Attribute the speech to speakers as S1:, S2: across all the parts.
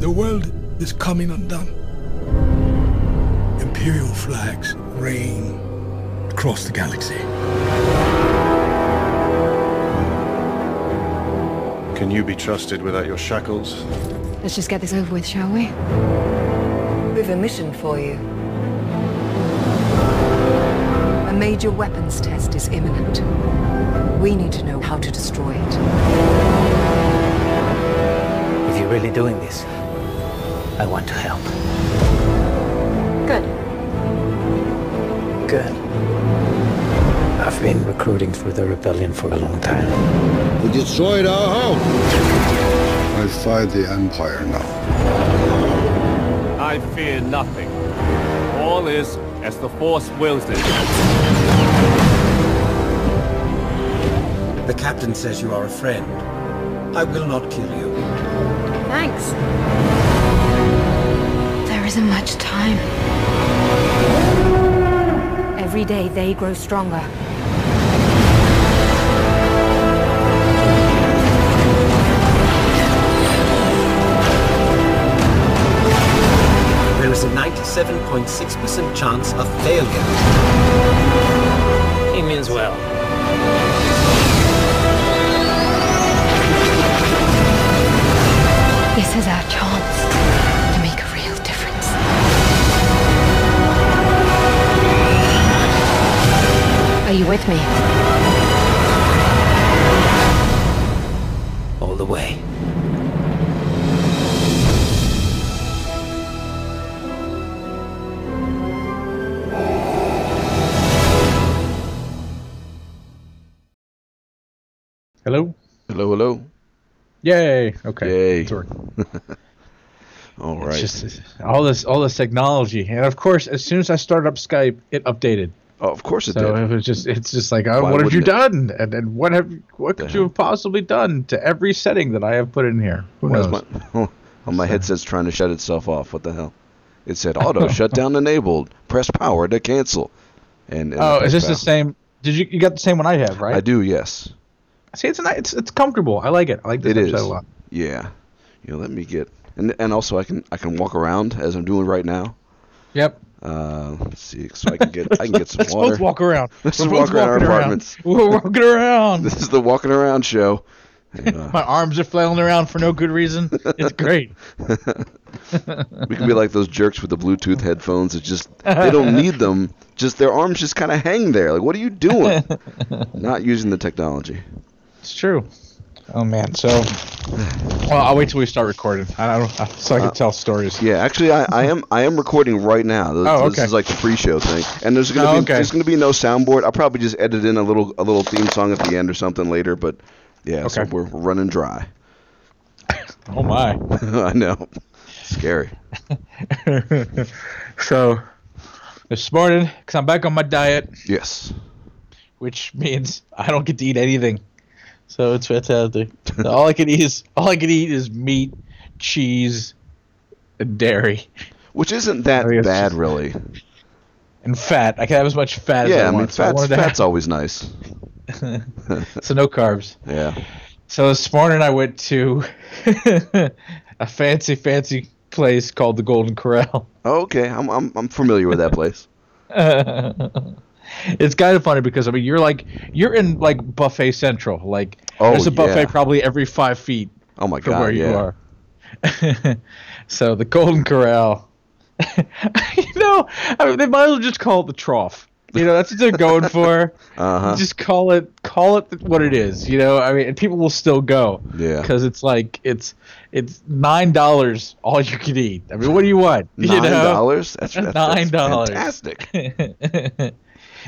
S1: The world is coming undone. Imperial flags reign across the galaxy.
S2: Can you be trusted without your shackles?
S3: Let's just get this over with, shall we?
S4: We've a mission for you. A major weapons test is imminent. We need to know how to destroy it.
S5: If you're really doing this, I want to help.
S6: Good.
S5: Good. I've been recruiting through the rebellion for a long time.
S7: We destroyed our home.
S8: I fight the Empire now.
S9: I fear nothing. All is as the Force wills it.
S10: The captain says you are a friend. I will not kill you.
S6: Thanks.
S3: There isn't much time. Every day they grow stronger.
S10: there is a 97.6% chance of failure.
S5: He means well.
S3: This is our chance to make a real difference. Are you with me?
S5: All the way.
S11: Hello.
S2: Hello, hello.
S11: Yay! Okay.
S2: Yay. It's all right.
S11: Just, all this, all this technology, and of course, as soon as I started up Skype, it updated.
S2: Oh, of course it
S11: so
S2: did.
S11: It was just, it's just like, oh, Why what have you it? done? And, and what have, what could you have possibly done to every setting that I have put in here? Who
S2: Why
S11: knows?
S2: My, oh, well, my so. headset's trying to shut itself off. What the hell? It said auto shutdown enabled. Press power to cancel. And, and
S11: oh, is this power. the same? Did you you got the same one I have, right?
S2: I do. Yes.
S11: See, it's nice, it's it's comfortable. I like it. I like this
S2: it
S11: episode
S2: is.
S11: a lot.
S2: Yeah, you know, let me get and and also I can I can walk around as I'm doing right now.
S11: Yep.
S2: Uh, let's see, so I can get I can get some
S11: Let's
S2: water.
S11: Both walk around.
S2: Let's We're walk around our
S11: around.
S2: apartments.
S11: We're walking around.
S2: this is the walking around show.
S11: And, uh, My arms are flailing around for no good reason. It's great.
S2: we can be like those jerks with the Bluetooth headphones. It's just they don't need them. Just their arms just kind of hang there. Like, what are you doing? Not using the technology.
S11: It's true. Oh man, so well, I'll wait till we start recording. I don't so I can uh, tell stories.
S2: Yeah, actually, I, I am I am recording right now. This,
S11: oh, okay.
S2: this is like the pre-show thing, and there's gonna
S11: oh,
S2: be
S11: okay.
S2: there's gonna be no soundboard. I'll probably just edit in a little a little theme song at the end or something later. But yeah, okay. so we're running dry.
S11: oh my!
S2: I know, scary.
S11: so this morning, because I'm back on my diet.
S2: Yes.
S11: Which means I don't get to eat anything. So it's fantastic. all I can eat is all I can eat is meat, cheese, and dairy.
S2: Which isn't
S11: Oh,
S2: that bad, just, really.
S11: And fat. I can have as much fat
S2: yeah,
S11: as I,
S2: I mean,
S11: want.
S2: Fat's,
S11: so I
S2: fat's always nice.
S11: so no carbs.
S2: Yeah.
S11: So this morning I went to a fancy, fancy place called the Golden Corral.
S2: Oh, okay, I'm I'm, I'm familiar with that place.
S11: it's kind of funny because I mean you're like you're in like buffet central like
S2: oh,
S11: there's a buffet
S2: yeah.
S11: probably every five feet.
S2: Oh my
S11: from
S2: god!
S11: where
S2: yeah.
S11: you are. so the Golden Corral. you know, I mean, they might as well just call it the trough. You know, that's what they're going for.
S2: uh-huh.
S11: Just call it call it what it is. You know, I mean, people will still go.
S2: Yeah.
S11: Because it's like it's it's nine dollars all you can eat. I mean, what do you want?
S2: Nine
S11: dollars.
S2: That's, that's
S11: nine dollars.
S2: Fantastic.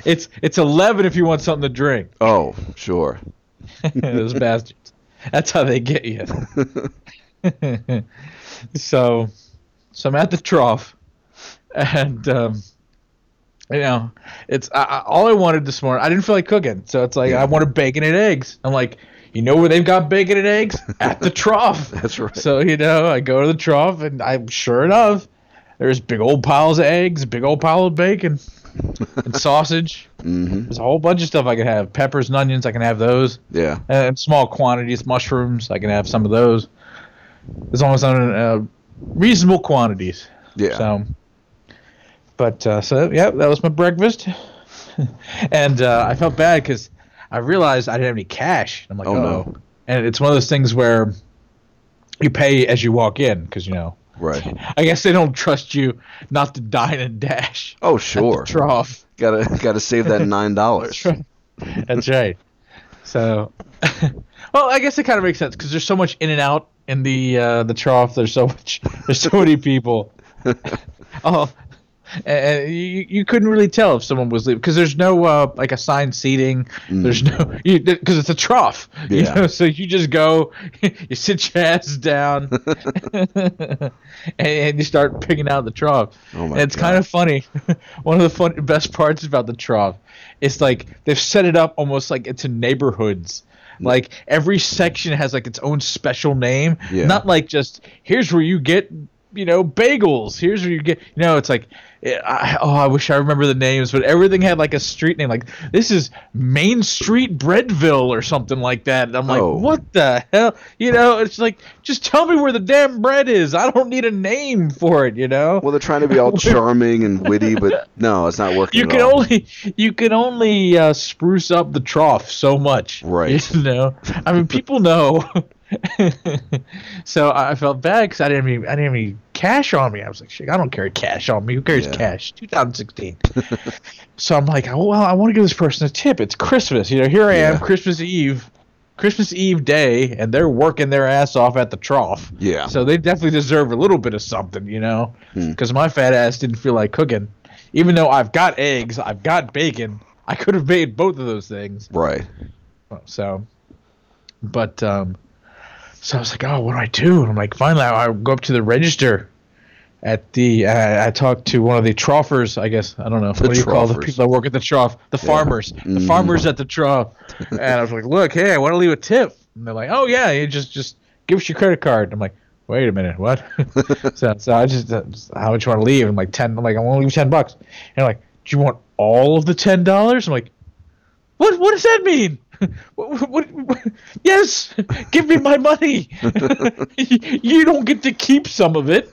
S11: it's it's eleven if you want something to drink.
S2: Oh, sure.
S11: Those bastards. That's how they get you. so, so I'm at the trough, and um, you know, it's I, I, all I wanted this morning. I didn't feel like cooking, so it's like
S2: Yeah.
S11: I wanted bacon and eggs. I'm like, you know where they've got bacon and eggs at the trough.
S2: That's right.
S11: So you know, I go to the trough, and I'm sure enough, there's big old piles of eggs, big old pile of bacon. and sausage.
S2: Mm-hmm.
S11: There's a whole bunch of stuff I can have. Peppers and onions, I can have those.
S2: Yeah.
S11: Uh, in small quantities, mushrooms, I can have some of those. As long as I'm in uh, reasonable quantities.
S2: Yeah.
S11: So, but uh, so yeah, that was my breakfast, and uh, I felt bad because I realized I didn't have any cash. I'm like,
S2: Oh,
S11: oh,
S2: no.
S11: no. and it's one of those things where you pay as you walk in because you know.
S2: Right.
S11: I guess they don't trust you not to dine and dash.
S2: Oh sure.
S11: Trough.
S2: Gotta gotta save that nine dollars.
S11: That's right. So, well, I guess it kind of makes sense because there's so much in and out in the uh, the trough. There's so much. There's so many people. oh, and you you couldn't really tell if someone was leaving because there's no uh, like assigned seating. There's no because it's a trough. you
S2: Mm. Yeah.
S11: know, so you just go, you sit your ass down, and, and you start picking out the trough.
S2: Oh my
S11: And it's kind
S2: God.
S11: of funny. One of the fun best parts about the trough is like they've set it up almost like it's in neighborhoods.
S2: Mm.
S11: Like every section has like its own special name.
S2: Yeah.
S11: Not like just here's where you get you know bagels. Here's where you get you know it's like eh, I, oh I wish I remember the names, but everything had like a street name. Like this is Main Street Breadville or something like that. And I'm like
S2: Oh.
S11: what the hell? You know it's like just tell me where the damn bread is. I don't need a name for it. You know.
S2: Well, they're trying to be all charming and witty, but no, it's not working.
S11: you
S2: at
S11: can
S2: all.
S11: only you can only uh, spruce up the trough so much
S2: Right.
S11: you know i mean people know so i I felt bad because i didn't have any, i didn't have any cash on me i was like shit i don't carry cash on me who carries
S2: Yeah.
S11: cash 2016 so i'm like oh, well i want to give this person a tip it's christmas you know here i am
S2: Yeah.
S11: christmas eve christmas eve day and they're working their ass off at the trough
S2: Yeah. Hmm.
S11: so they definitely deserve a little bit of something, you know? Because my fat ass didn't feel like cooking. Even though I've got eggs, I've got bacon, I could have made both of those things.
S2: Right.
S11: So, but, um, so I was like, oh, what do I do? And I'm like, finally, I, I go up to the register at the, uh, I talked to one of the troughers, I guess. I don't know. what do you call the
S2: troughers.
S11: people that work at the trough? The farmers. The farmers at the trough. and I was like, look, hey, I want to leave a tip. And they're like, oh, yeah, you just, just give us your credit card. I'm like, wait a minute, what? so, so I just, uh, just, how much you want to leave? I'm like, 10. I'm like, I want to leave 10 bucks. And I'm like, do you want all of the $10? I'm like, what what does that mean? What, what, what, yes, give me my money. you you don't get to keep some of it.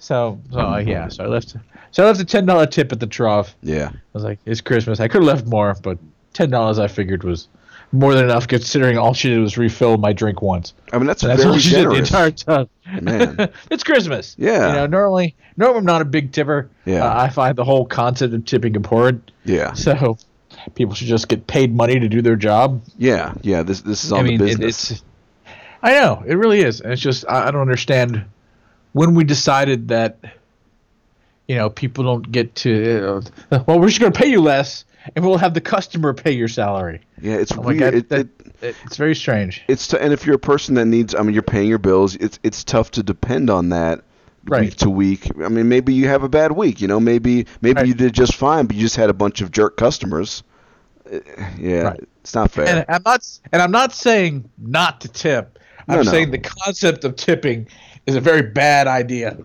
S11: so, so uh, yeah, so I left. So I left a ten dollar tip at the trough. I
S2: Yeah.
S11: was like, it's Christmas. I could have left more, but ten dollars I figured was more than enough, considering all she did was refill my drink once.
S2: I mean, that's,
S11: That's
S2: very
S11: all she did
S2: generous.
S11: the entire time.
S2: Man.
S11: it's Christmas.
S2: Yeah.
S11: You know, normally, normally I'm not a big tipper.
S2: Yeah.
S11: Uh, I find the whole concept of tipping abhorrent.
S2: Yeah.
S11: So people should just get paid money to do their job.
S2: Yeah. Yeah. This this is on
S11: I mean,
S2: the
S11: it-
S2: business.
S11: it's. I know it really is. And it's just I, I don't understand when we decided that. You know, people don't get to. Uh, well, we're just going to pay you less, and we'll have the customer pay your salary.
S2: yeah. It's
S11: I'm like,
S2: weird.
S11: that,
S2: it,
S11: Oh that-
S2: it,
S11: it's very strange.
S2: it's t- and if you're a person that needs, I mean, you're paying your bills. It's it's tough to depend on that
S11: Right.
S2: week to week. I mean, maybe you have a bad week. You know, maybe maybe
S11: Right.
S2: you did just fine, but you just had a bunch of jerk customers. Uh, Yeah,
S11: Right.
S2: it's not fair.
S11: and uh, I'm not and I'm not saying not to tip. I'm
S2: No, no.
S11: saying the concept of tipping is a very bad idea.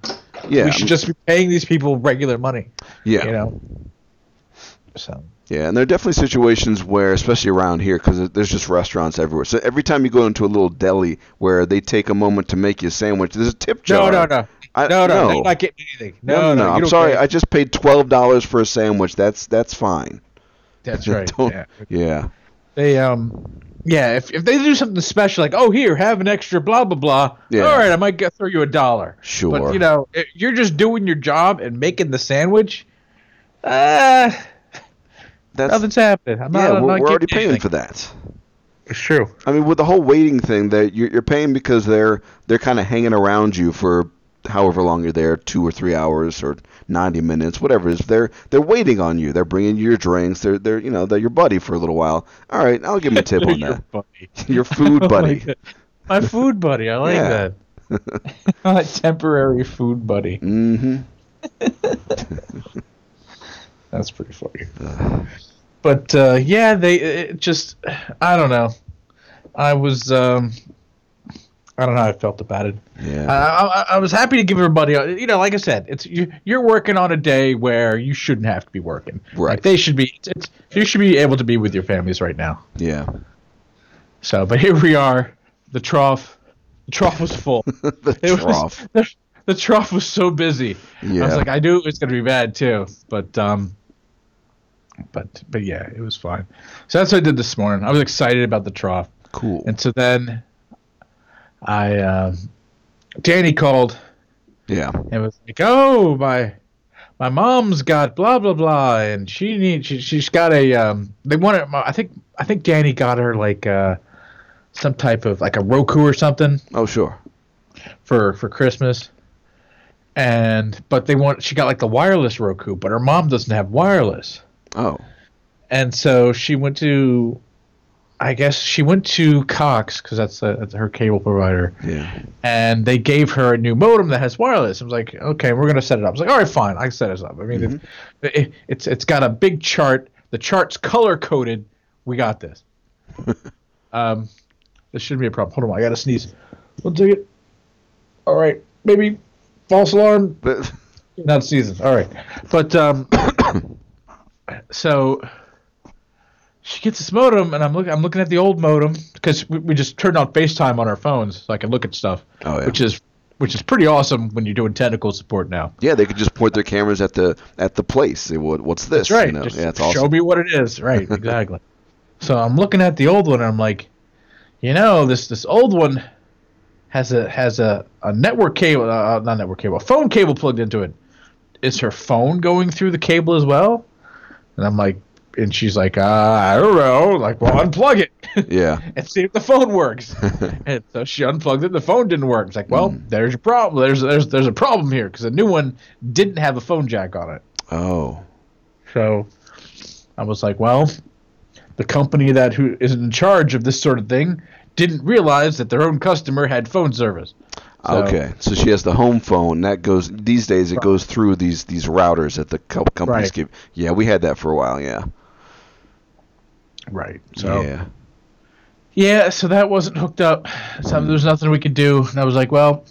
S2: yeah,
S11: we should just be paying these people regular money.
S2: yeah,
S11: You know. So
S2: yeah. And there are definitely situations where, especially around here, because there's just restaurants everywhere. So every time you go into a little deli where they take a moment to make you a sandwich, there's a tip
S11: no,
S2: jar.
S11: no, no.
S2: I-
S11: no, no,
S2: no.
S11: You're not getting anything.
S2: No, no, no.
S11: you
S2: I'm
S11: don't
S2: sorry.
S11: get-
S2: I just paid twelve dollars for a sandwich. That's that's fine.
S11: That's right.
S2: Don't-
S11: yeah.
S2: yeah.
S11: They um yeah, if, if they do something special like, oh here, have an extra blah blah blah.
S2: Yeah.
S11: All right, I might get, throw you a dollar.
S2: Sure.
S11: But you know, if you're just doing your job and making the sandwich. Uh
S2: That's
S11: nothing's happening. I'm
S2: yeah.
S11: not, I'm
S2: we're
S11: not
S2: we're already
S11: getting
S2: paying
S11: anything.
S2: for that.
S11: It's true.
S2: I mean, with the whole waiting thing, that you're, you're paying because they're they're kind of hanging around you for however long you're there, two or three hours or ninety minutes, whatever it is. They're they're waiting on you. They're bringing you your drinks. They're they're you know they're your buddy for a little while. All right, I'll give them a tip on that. Your
S11: Oh
S2: food buddy.
S11: My food buddy. I like
S2: Yeah.
S11: that. My temporary food buddy.
S2: mm-hmm.
S11: That's pretty funny. but uh, yeah, they it just I don't know. I was um, I don't know how I felt about it.
S2: Yeah.
S11: I, I, I was happy to give everybody, uh, you know, like I said, it's you, you're working on a day where you shouldn't have to be working.
S2: Right.
S11: Like they should be. It's, it's you should be able to be with your families right now.
S2: Yeah.
S11: So, but here we are. The trough, the trough was full.
S2: the
S11: It was-
S2: trough.
S11: the, trough was so busy. I
S2: Yeah.
S11: was like, I knew it was going to be bad too, but um, but but yeah, it was fine. So that's what I did this morning. I was excited about the trough,
S2: Cool.
S11: and so then I um, Danny called
S2: Yeah.
S11: and was like, "Oh my." My mom's got blah blah blah, and she needs she, she's got a um. They wanted I think I think Danny got her like uh, some type of like a Roku or something
S2: Oh, sure.
S11: for for Christmas. And but they want she got like the wireless Roku, but her mom doesn't have wireless.
S2: Oh.
S11: And so she went to I guess she went to Cox cuz that's, uh, that's her cable provider
S2: Yeah.
S11: and they gave her a new modem that has wireless. I was like, "Okay, we're going to set it up." I was like, "All right, fine. I can set it up." I mean, it's, it, it's it's got a big chart. The chart's color coded. We got this. um this shouldn't be a problem. Hold on, I got to sneeze. One second. All right. Maybe false alarm
S2: But
S11: not season. All right, but um, so she gets this modem, and I'm looking. I'm looking at the old modem because we, we just turned on FaceTime on our phones, so I can look at stuff.
S2: Oh, yeah.
S11: Which is which is pretty awesome when you're doing technical support now.
S2: yeah, they could just point their cameras at the at the place. They would, What's this?
S11: That's right.
S2: You know?
S11: Just
S2: yeah, it's
S11: Show
S2: awesome.
S11: me what it is. Right. Exactly. so I'm looking at the old one, and I'm like, you know, this this old one has a has a, a network cable, uh, not network cable, a phone cable plugged into it. Is her phone going through the cable as well? And I'm like, and she's like, uh, I don't know. Like, well, unplug it
S2: Yeah.
S11: and see if the phone works. and so she unplugged it. The phone didn't work. It's like, well, there's your problem. There's there's there's a problem here because the new one didn't have a phone jack on it.
S2: Oh.
S11: So I was like, well, the company that who is in charge of this sort of thing didn't realize that their own customer had phone service. So-
S2: okay. So she has the home phone. That goes these days. It goes through these these routers that the co- companies
S11: Right.
S2: give. Yeah, we had that for a while. Yeah.
S11: Right. So yeah.
S2: Yeah.
S11: so that wasn't hooked up. So there was nothing we could do. And I was like, well,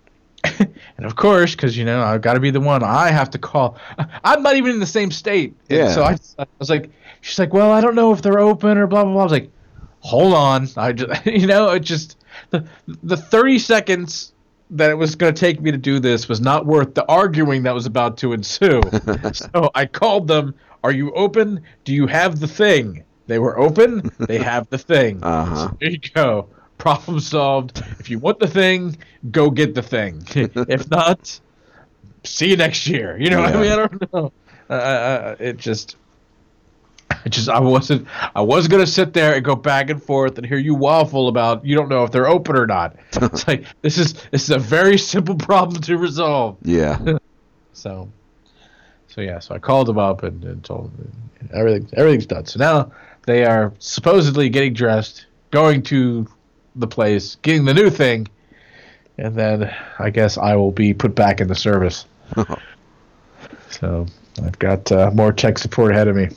S11: and of course, because you know I've got to be the one. I have to call. I'm not even in the same state. And
S2: Yeah.
S11: So I, I was like, she's like, well, I don't know if they're open or blah blah blah. I was like, hold on. I just, you know, it just the the 30 seconds that it was going to take me to do this was not worth the arguing that was about to ensue. so I called them. Are you open? Do you have the thing? They were open. They have the thing.
S2: Uh-huh.
S11: So there you go. Problem solved. If you want the thing, go get the thing. if not, see you next year. You know what
S2: Yeah.
S11: I mean? I don't know. Uh, Uh, it just, it just, I wasn't, I was gonna sit there and go back and forth and hear you waffle about you don't know if they're open or not. it's like this is this is a very simple problem to resolve.
S2: Yeah.
S11: So, so yeah, so I called them up and, and told them and everything. Everything's done. So now they are supposedly getting dressed, going to the place, getting the new thing, and then I guess I will be put back into service. so I've got uh, more tech support ahead of me.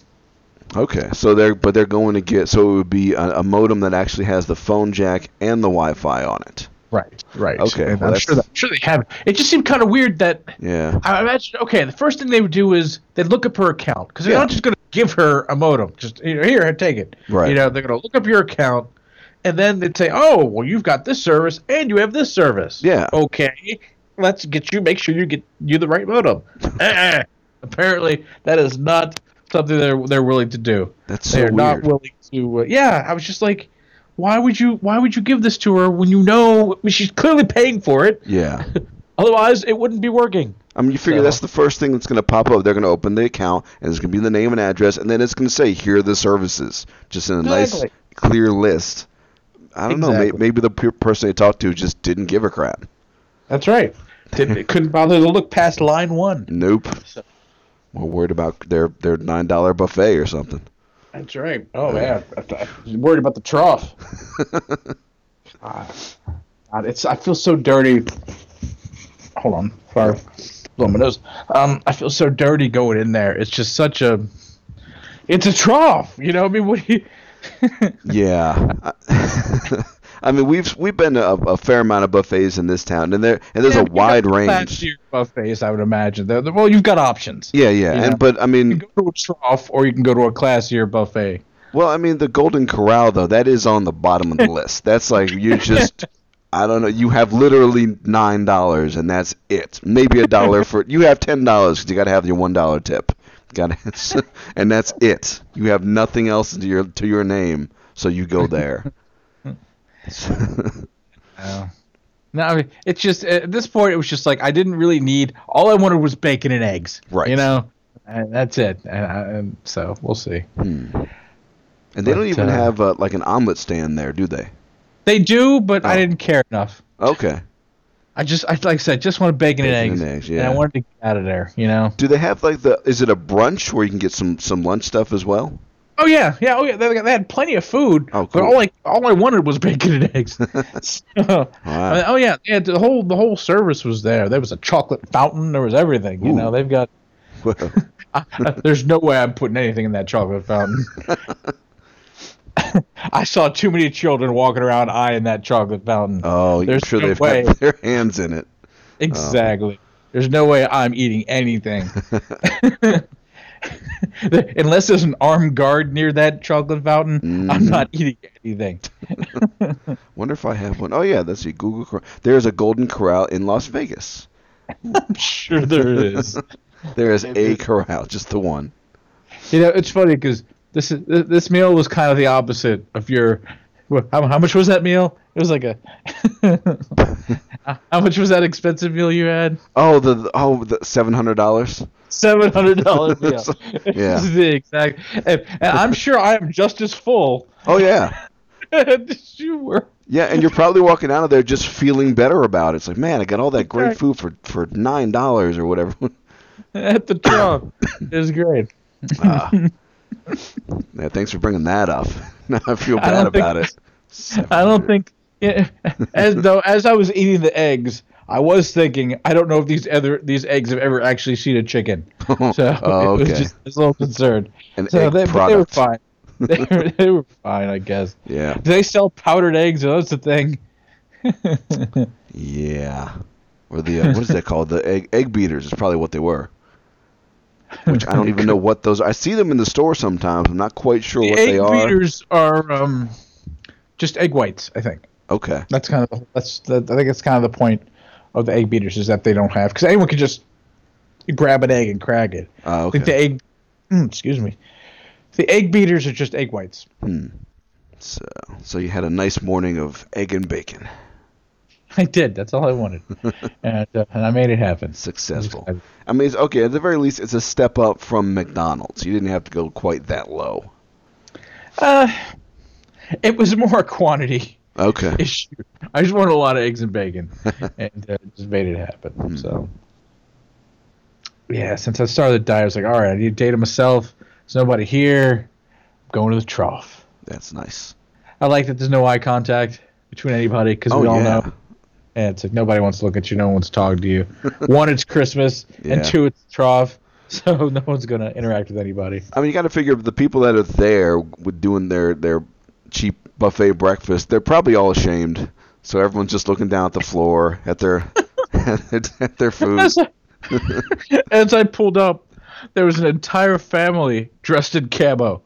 S2: okay. So they're but they're going to get. So it would be a, a modem that actually has the phone jack and the Wi-Fi on it.
S11: Right. Right.
S2: Okay,
S11: And
S2: well,
S11: I'm sure, that,
S2: that's-
S11: sure they have. It just seemed kind of weird that.
S2: Yeah.
S11: I imagine. Okay, the first thing they would do is they'd look up her account because they're
S2: Yeah.
S11: not just going to give her a modem. Just you know, here, take it.
S2: Right.
S11: You know, they're going to look up your account, and then they'd say, "Oh, well, you've got this service and you have this service.
S2: Yeah.
S11: Okay, let's get you. Make sure you get you the right modem. Uh-uh. Apparently, that is not something they're they're willing to do.
S2: That's
S11: they
S2: so
S11: are not
S2: weird.
S11: willing to. Uh, yeah, I was just like. Why would you? Why would you give this to her when you know I mean, she's clearly paying for it?
S2: Yeah.
S11: Otherwise, it wouldn't be working.
S2: I mean, you figure
S11: So-
S2: that's the first thing that's going to pop up. They're going to open the account, and it's going to be the name and address, and then it's going to say, here are the services, just in a nice,
S11: Exactly.
S2: clear list. I don't know. May,
S11: Exactly.
S2: maybe the pe- person they talked to just didn't give a crap.
S11: That's right. Didn't, couldn't bother to look past line one.
S2: Nope. We're worried about their, their $9 buffet or something.
S11: That's right. Oh yeah, I'm worried about the trough. Ah, God, it's. I feel so dirty. Hold on, sorry, blow my nose. Um, I feel so dirty going in there. It's just such a. It's a trough, you know. I mean, what do you?
S2: Yeah. I, I mean, we've we've been to a, a fair amount of buffets in this town, and there and there's
S11: Yeah,
S2: a
S11: you
S2: wide
S11: got
S2: range.
S11: fancier buffets, I would imagine. They're- they're- well, you've got options.
S2: Yeah, yeah,
S11: Yeah.
S2: and but I
S11: You
S2: mean,
S11: can go to a trough, or you can go to a classier buffet.
S2: well, I mean, the Golden Corral though that is on the bottom of the list. That's like you just. I don't know. You have literally nine dollars, and that's it. Maybe a dollar for you have ten dollars because you got to have your one dollar tip. Got to, and that's it. You have nothing else to your to your name, so you go there.
S11: No, I mean, it's just at this point, it was just like I didn't really need. All I wanted was bacon and eggs.
S2: Right.
S11: You know, and that's it. And, I, and so we'll see.
S2: And they don't
S11: But,
S2: even
S11: uh,
S2: have uh, like an omelet stand there, do they?
S11: They do, but
S2: Oh.
S11: I didn't care enough.
S2: Okay.
S11: I just, I like I said, just wanted bacon,
S2: Bacon
S11: and eggs,
S2: and eggs,
S11: and
S2: yeah.
S11: I wanted to get out of there. You know.
S2: Do they have like the? Is it a brunch where you can get some some lunch stuff as well?
S11: Oh yeah, yeah. Oh yeah. They, they had plenty of food,
S2: Oh,
S11: but
S2: cool.
S11: all I all I wanted was bacon and eggs. So, I mean, oh yeah, yeah. The whole the whole service was there. There was a chocolate fountain. There was everything. You
S2: Ooh.
S11: know, they've got. There's no way I'm putting anything in that chocolate fountain. I saw too many children walking around eyeing that chocolate fountain.
S2: oh,
S11: There's
S2: I'm sure
S11: no
S2: they've
S11: way.
S2: got their hands in it.
S11: Exactly. There's no way I'm eating anything. Unless there's an armed guard near that chocolate fountain,
S2: Mm-hmm.
S11: I'm not eating anything.
S2: Wonder if I have one. Oh yeah, let's see. Google. Cor- There's a Golden Corral in Las Vegas.
S11: I'm sure there is.
S2: There is a corral, just the one.
S11: you know, it's funny because this is th- this meal was kind of the opposite of your. wha- How, how much was that meal? It was like a. how much was that expensive meal you had?
S2: Oh the the- oh the seven hundred dollars.
S11: Seven hundred dollars meal.
S2: Yeah.
S11: This is the exact. And, and I'm sure I am just as full
S2: Oh yeah,
S11: as you were.
S2: yeah. And you're probably walking out of there just feeling better about it. It's like man, I got all that great
S11: Exactly.
S2: food for for nine dollars or whatever.
S11: at the drum. it was great.
S2: Ah. yeah, thanks for bringing that up. now I feel
S11: I
S2: bad
S11: don't think-
S2: about it.
S11: I don't think, yeah, as though as I was eating the eggs, I was thinking, I don't know if these other these eggs have ever actually seen a chicken. So
S2: Oh,
S11: it was
S2: okay.
S11: just I was a little concerned.
S2: An
S11: so
S2: egg
S11: they, but they were
S2: product.
S11: fine. They were, they were fine, I guess.
S2: Yeah.
S11: Do they sell powdered eggs? Oh, that's the thing.
S2: Yeah. Or the uh, what is that called? The egg egg beaters is probably what they were. Which I don't even know what those. are. I see them in the store sometimes. I'm not quite sure what
S11: egg
S2: they are.
S11: beaters are um, just egg whites, I think.
S2: Okay.
S11: That's kind of that's the, I think that's kind of the point of the egg beaters is that they don't have because anyone can just grab an egg and crack it.
S2: Ah,
S11: I think the
S2: okay.
S11: egg, mm, excuse me, the egg beaters are just egg whites.
S2: So, so you had a nice morning of egg and bacon.
S11: I did. That's all I wanted, and uh, and I made it happen.
S2: Successful.
S11: I'm excited.
S2: I mean, it's, okay. At the very least, it's a step up from McDonald's. You didn't have to go quite that low.
S11: Uh, It was more a quantity
S2: Okay.
S11: issue. I just wanted a lot of eggs and bacon, and uh, just made it happen.
S2: Hmm.
S11: So, yeah, since I started to die, I was like, all right, I need a day to myself. There's nobody here. I'm going to the trough.
S2: That's nice.
S11: I like that there's no eye contact between anybody because
S2: Oh
S11: we all
S2: yeah.
S11: know. And it's like nobody wants to look at you. No one wants to talk to you. One, it's Christmas,
S2: Yeah.
S11: and two, it's trough. So no one's gonna interact with anybody.
S2: I mean, you got to figure the people that are there with doing their their cheap buffet breakfast, they're probably all ashamed. So everyone's just looking down at the floor at their at their food.
S11: As I, as I pulled up, there was an entire family dressed in camo,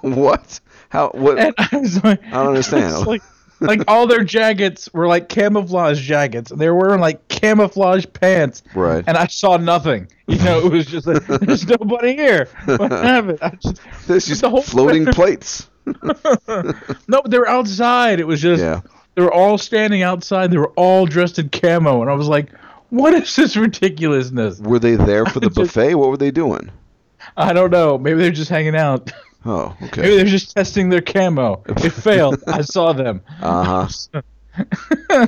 S2: what? How? What?
S11: and I was like, I
S2: don't understand.
S11: like, like all their jackets were like camouflage jackets, and they were wearing like camouflage pants.
S2: Right.
S11: And I saw nothing. You know, it was just like there's nobody here. What happened? I just,
S2: There's just
S11: the whole-
S2: floating plates.
S11: No, but they were outside. It was just
S2: Yeah.
S11: they were all standing outside. They were all dressed in camo, and I was like, "What is this ridiculousness?"
S2: Were they there for the
S11: Just-
S2: buffet? What were they doing?
S11: I don't know. Maybe they're just hanging out.
S2: Oh,
S11: Maybe
S2: okay.
S11: they're just testing their camo. It failed. I saw them,
S2: Uh huh.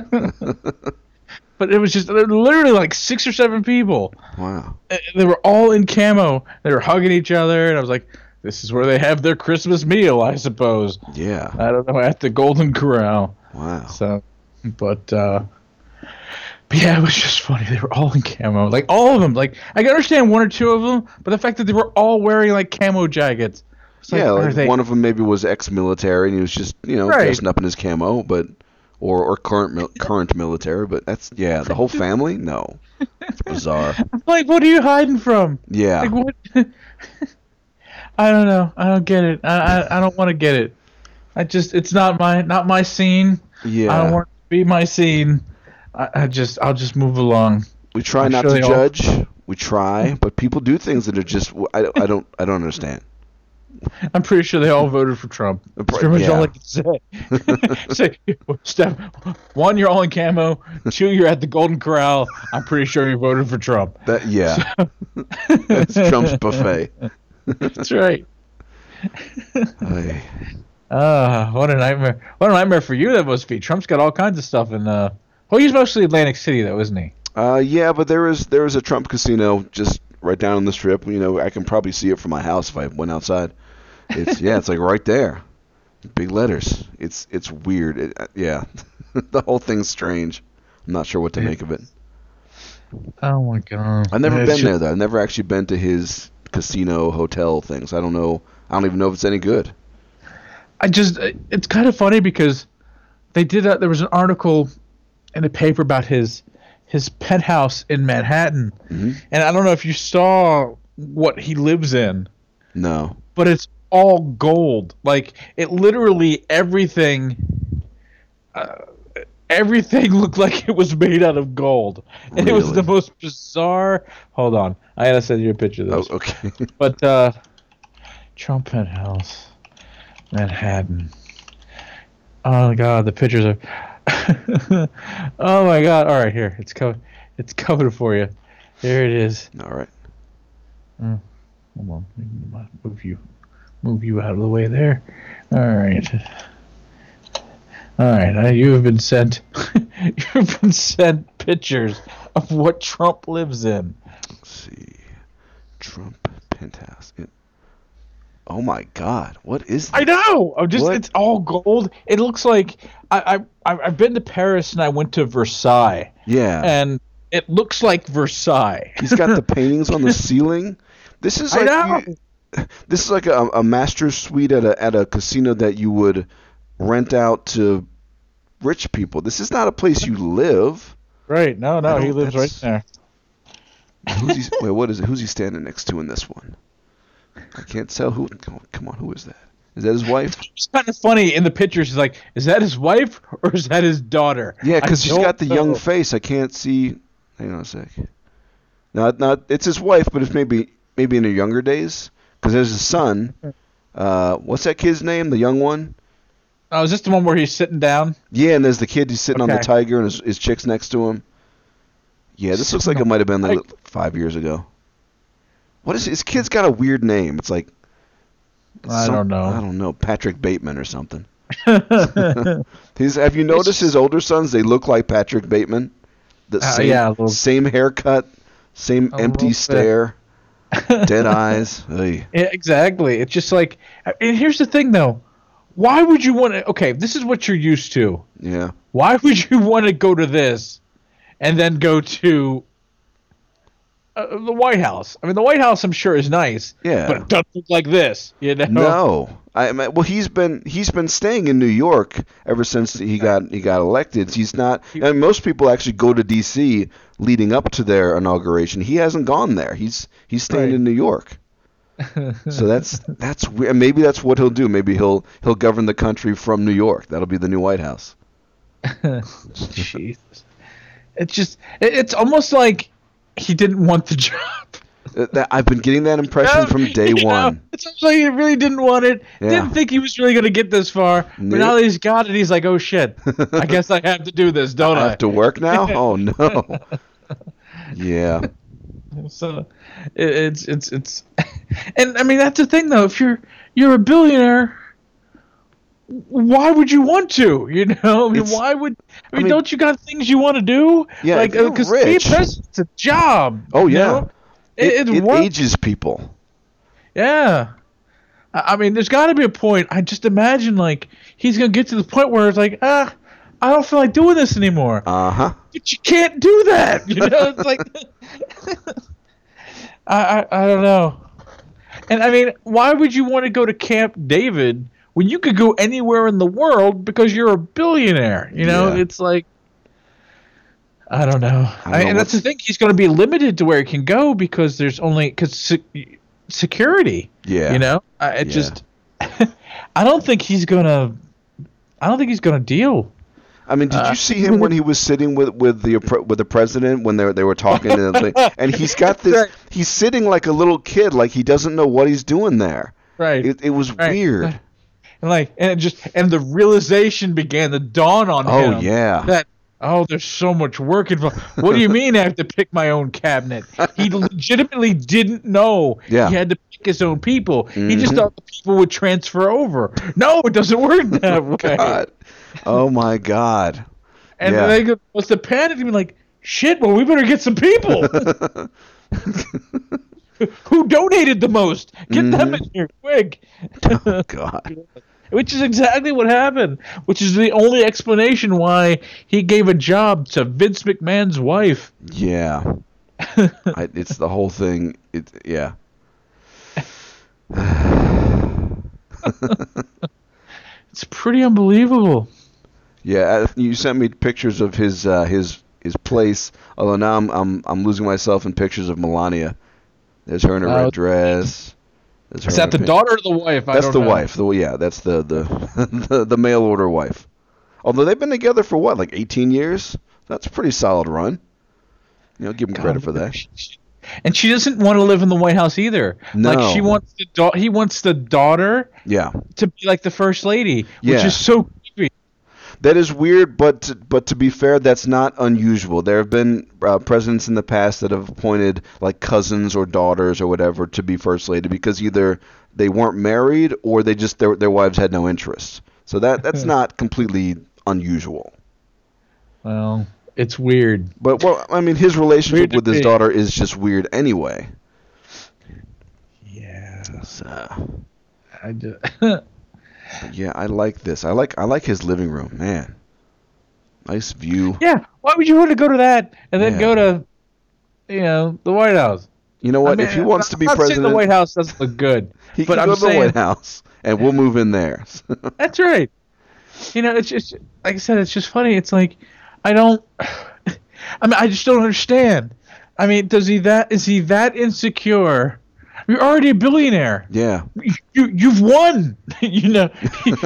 S11: but it was just there were literally like six or seven people.
S2: Wow.
S11: And They were all in camo. They were hugging each other, and I was like, "This is where they have their Christmas meal, I suppose."
S2: Yeah.
S11: I don't know at the Golden Corral.
S2: Wow.
S11: So, but uh, but yeah, it was just funny. They were all in camo, like all of them. Like I can understand one or two of them, but the fact that they were all wearing like camo jackets, It's
S2: yeah,
S11: are
S2: like
S11: they-
S2: one of them maybe was ex-military and he was just you know
S11: Right.
S2: dressing up in his camo, but or or current mil- current military, but that's yeah, the whole family. No, it's bizarre.
S11: Like, what are you hiding from?
S2: Yeah,
S11: Like, what? I don't know. I don't get it. I I, I don't want to get it. I just it's not my not my scene.
S2: yeah.
S11: I don't want it to be my scene. I, I just I'll just move along.
S2: we try
S11: I'm
S2: not
S11: sure
S2: to
S11: they all-
S2: judge. We try, but people do things that are just I, I don't I don't understand.
S11: I'm pretty sure they all voted for Trump. That's pretty much all I can say. Say, Steph, one, you're all in camo. Two, you're at the Golden Corral. I'm pretty sure you voted for Trump.
S2: That yeah, that's Trump's buffet.
S11: That's right.
S2: Ay.
S11: Uh, what a nightmare! What a nightmare for you that must be. Trump's got all kinds of stuff in. Uh, well, he's mostly Atlantic City though, isn't he?
S2: Uh, yeah, but there is there is a Trump casino just right down on the strip. You know, I can probably see it from my house if I went outside. It's yeah, it's like right there, big letters. It's it's weird. It, uh, yeah, the whole thing's strange. I'm not sure what to make of it.
S11: Oh my god!
S2: I've never
S11: It's
S2: been
S11: just-
S2: there though. I've never actually been to his casino hotel things. I don't know. I don't even know if it's any good.
S11: I just it's kind of funny because they did that. There was an article in the paper about his his penthouse in Manhattan,
S2: Mm-hmm.
S11: and I don't know if you saw what he lives in,
S2: No.
S11: but it's all gold. Like it literally everything. Uh, everything looked like it was made out of gold, and it was
S2: Really?
S11: the most bizarre. Hold on, I gotta send you a picture of
S2: Oh,
S11: this.
S2: okay.
S11: But uh, Trump penthouse, Manhattan. Oh god, the pictures are. oh my god! All right, here it's coming. It's coming for you. There it is.
S2: All right.
S11: Hold on, let me move you, move you out of the way there. All right. All right, I, you have been sent. You've been sent pictures of what Trump lives in.
S2: see. Trump penthouse. It- oh my God! What is
S11: I
S2: that?
S11: know. I'm just
S2: What?
S11: it's all gold. It looks like I I I- I've been to Paris and I went to Versailles
S2: yeah.
S11: and it looks like Versailles.
S2: He's got the paintings on the ceiling. This is
S11: I
S2: like
S11: know.
S2: you- this is like a, a master suite at a at a casino that you would rent out to rich people. This is not a place you live.
S11: Right. No, no,
S2: I
S11: he
S2: don't-
S11: lives right
S2: that's-
S11: there.
S2: Who's he, wait, what is it? Who's he standing next to in this one? I can't tell who. Come on, come on, who is that? Is that his wife?
S11: It's kind of funny in the pictures. He's like, is that his wife or is that his daughter?
S2: Yeah,
S11: I
S2: because she's
S11: don't
S2: got the young
S11: know.
S2: face. I can't see. Hang on a sec. Not, not. It's his wife, but it's maybe, maybe in her younger days. Because there's his son. Uh, what's that kid's name? The young one.
S11: Oh, is this the one where he's sitting down?
S2: Yeah, and there's the kid who's sitting on the
S11: Okay.
S2: tiger, and his, his chick's next to him. Yeah, this looks like it might have been like five years ago. What is his kid's got a weird name? It's like
S11: I
S2: some-
S11: don't know.
S2: I don't know. Patrick Bateman or something. his, have you noticed his older sons? They look like Patrick Bateman. The
S11: Uh,
S2: same,
S11: yeah, a little-
S2: same haircut, same
S11: A little
S2: empty
S11: bit.
S2: stare, dead eyes. Oy.
S11: Yeah, exactly. It's just like, and here's the thing though. Why would you want to? Okay, this is what you're used to.
S2: Yeah,
S11: why would you want to go to this and then go to uh, the White House? I mean, the White House, I'm sure, is nice.
S2: Yeah.
S11: But it doesn't look like this, you know?
S2: no. I I mean, well, he's been he's been staying in New York ever since he got he got elected. He's not. And most people actually go to D.C. leading up to their inauguration. He hasn't gone there. He's he's staying
S11: Right.
S2: in New York. so that's that's weird. Maybe that's what he'll do. Maybe he'll he'll govern the country from New York. That'll be the new White House.
S11: Jesus. It's just, it, it's almost like he didn't want the job.
S2: Uh, that- I've been getting that impression from day
S11: You know?
S2: one.
S11: It's almost like he really didn't want it.
S2: Yeah.
S11: Didn't think he was really going to get this far. But
S2: Nope.
S11: now that he's got it, he's like, oh shit. I guess I have to do this, don't
S2: I
S11: I?
S2: have to work now. Oh no. Yeah.
S11: So it, it's it's it's, and I mean that's the thing though. If you're you're a billionaire, why would you want to? You know, I mean,
S2: It's-
S11: why would I mean,
S2: mean-
S11: Don't you got things you want to do?
S2: Yeah,
S11: like
S2: if you're
S11: because being
S2: rich-
S11: president's a job.
S2: Oh,
S11: you
S2: yeah.
S11: know?
S2: It,
S11: it,
S2: it
S11: it work-
S2: ages people.
S11: Yeah, I, I mean, there's got to be a point. I just imagine like he's gonna get to the point where it's like ah. I don't feel like doing this anymore.
S2: Uh huh.
S11: But you can't do that. You know, it's like I, I I don't know. And I mean, why would you want to go to Camp David when you could go anywhere in the world because you're a billionaire? You know,
S2: Yeah.
S11: it's like I don't know.
S2: don't
S11: I-
S2: know
S11: and that's the
S2: what's-
S11: thing; he's going to be limited to where he can go because there's only because security.
S2: Yeah.
S11: You know, I, it
S2: Yeah.
S11: just I don't think he's gonna. I don't think he's gonna deal.
S2: I mean, did
S11: uh,
S2: you see him when he was sitting with with the appro- with the president when they were- they were talking and, everything? and he's got this
S11: Right.
S2: he's sitting like a little kid like he doesn't know what he's doing there.
S11: Right.
S2: It, it was
S11: Right.
S2: weird.
S11: and like and it just and the realization began to dawn on
S2: Oh,
S11: him.
S2: yeah.
S11: That oh, there's so much work involved. What do you mean I have to pick my own cabinet? He legitimately didn't know
S2: Yeah. Mm-hmm.
S11: he had to pick his own people. He just thought the people would transfer over. No, it doesn't work that way.
S2: God. Oh my god.
S11: And
S2: yeah.
S11: they go, what's the panic? And be like, shit, well, we better get some people. Who donated the most? Get them
S2: Mm-hmm.
S11: in here quick.
S2: God.
S11: Which is exactly what happened. Which is the only explanation why he gave a job to Vince McMahon's wife.
S2: Yeah. I, it's the whole thing. It yeah.
S11: It's pretty unbelievable.
S2: Yeah, I- you sent me pictures of his uh, his his place. Although now I'm I'm I'm losing myself in pictures of Melania. There's her in her
S11: Oh.
S2: red dress. There's her
S11: Is
S2: in
S11: that
S2: her
S11: the
S2: pink-
S11: daughter or the wife? I
S2: That's
S11: don't
S2: the
S11: know.
S2: wife. The yeah, that's the the, the the mail order wife. Although they've been together for what, like 18 years? That's a pretty solid run. You know, give him credit for that.
S11: And she doesn't want to live in the White House either. Like she
S2: No.
S11: wants the da- he wants the daughter
S2: Yeah,
S11: to be like the first lady, which
S2: Yeah.
S11: is so creepy.
S2: that is weird, but to, but to be fair, that's not unusual. There have been uh, presidents in the past that have appointed like cousins or daughters or whatever to be first lady because either they weren't married or they just their their wives had no interest. So that
S11: Hmm.
S2: that's not completely unusual.
S11: Well, it's weird.
S2: But well, I mean, his
S11: Weird
S2: relationship
S11: to
S2: with his
S11: me.
S2: daughter is just weird anyway.
S11: Yeah.
S2: So,
S11: I do.
S2: yeah, I like this. I like I like his living room, man. Nice view.
S11: yeah. Why would you want to go to that and then
S2: Yeah.
S11: go to, you know, the White House?
S2: You know what? if he
S11: mean,
S2: wants
S11: I'm
S2: to be
S11: not saying
S2: president,
S11: the White House doesn't look good.
S2: he
S11: but
S2: can
S11: I'm
S2: go to the
S11: saying,
S2: White House, and we'll move in there.
S11: That's right. You know, it's just like I said. It's just funny. It's like I don't. I mean, I just don't understand. I mean, does he that? Is he that insecure? You're already a billionaire.
S2: yeah,
S11: you you've won you know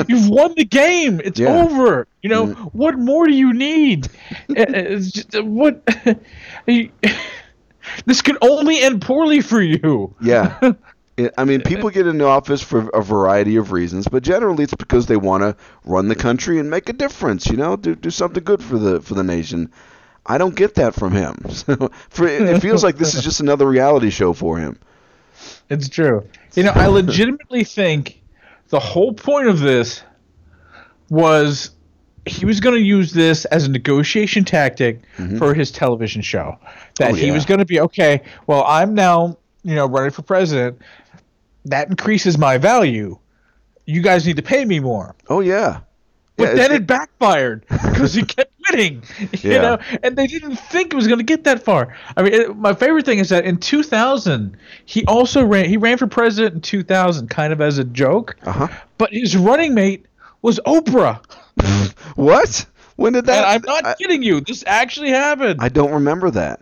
S11: you've won the game it's
S2: Yeah. Mm.
S11: over you know what more do you need Uh, uh, it's just, uh, what you- this can only end poorly for you
S2: yeah. It- I mean, people get into office for a variety of reasons, but generally it's because they want to run the country and make a difference. You know, do do something good for the for the nation. I don't get that from him. So, for it, it feels like this is just another reality show for him.
S11: it's true you know i legitimately think the whole point of this was he was going to use this as a negotiation tactic for his television show. That
S2: Mm-hmm. Oh,
S11: he
S2: yeah.
S11: was going to be okay. Well, I'm now you know running for president. That increases my value. You guys need to pay me more.
S2: Oh yeah.
S11: But
S2: Yeah,
S11: then
S2: it's-
S11: it backfired because he kept winning, you
S2: Yeah.
S11: know, and they didn't think it was going to get that far. I mean, it, my favorite thing is that in 2000, he also ran. He ran for president in 2000, kind of as a joke.
S2: Uh-huh.
S11: But his running mate was Oprah.
S2: What? When did that?
S11: And I'm not
S2: I,
S11: kidding you. This actually happened.
S2: I don't remember that.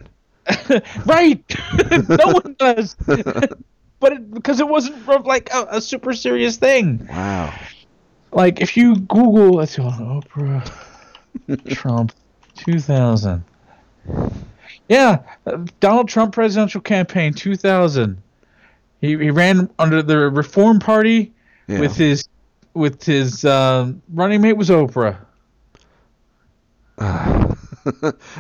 S11: right. no one does. but it, because it wasn't from, like a, a super serious thing.
S2: Wow.
S11: Like if you Google, let's see, hold on, Oprah, Trump, 2000. Yeah, uh, Donald Trump presidential campaign 2000. He he ran under the Reform Party
S2: Yeah.
S11: with his with his um, running mate was Oprah.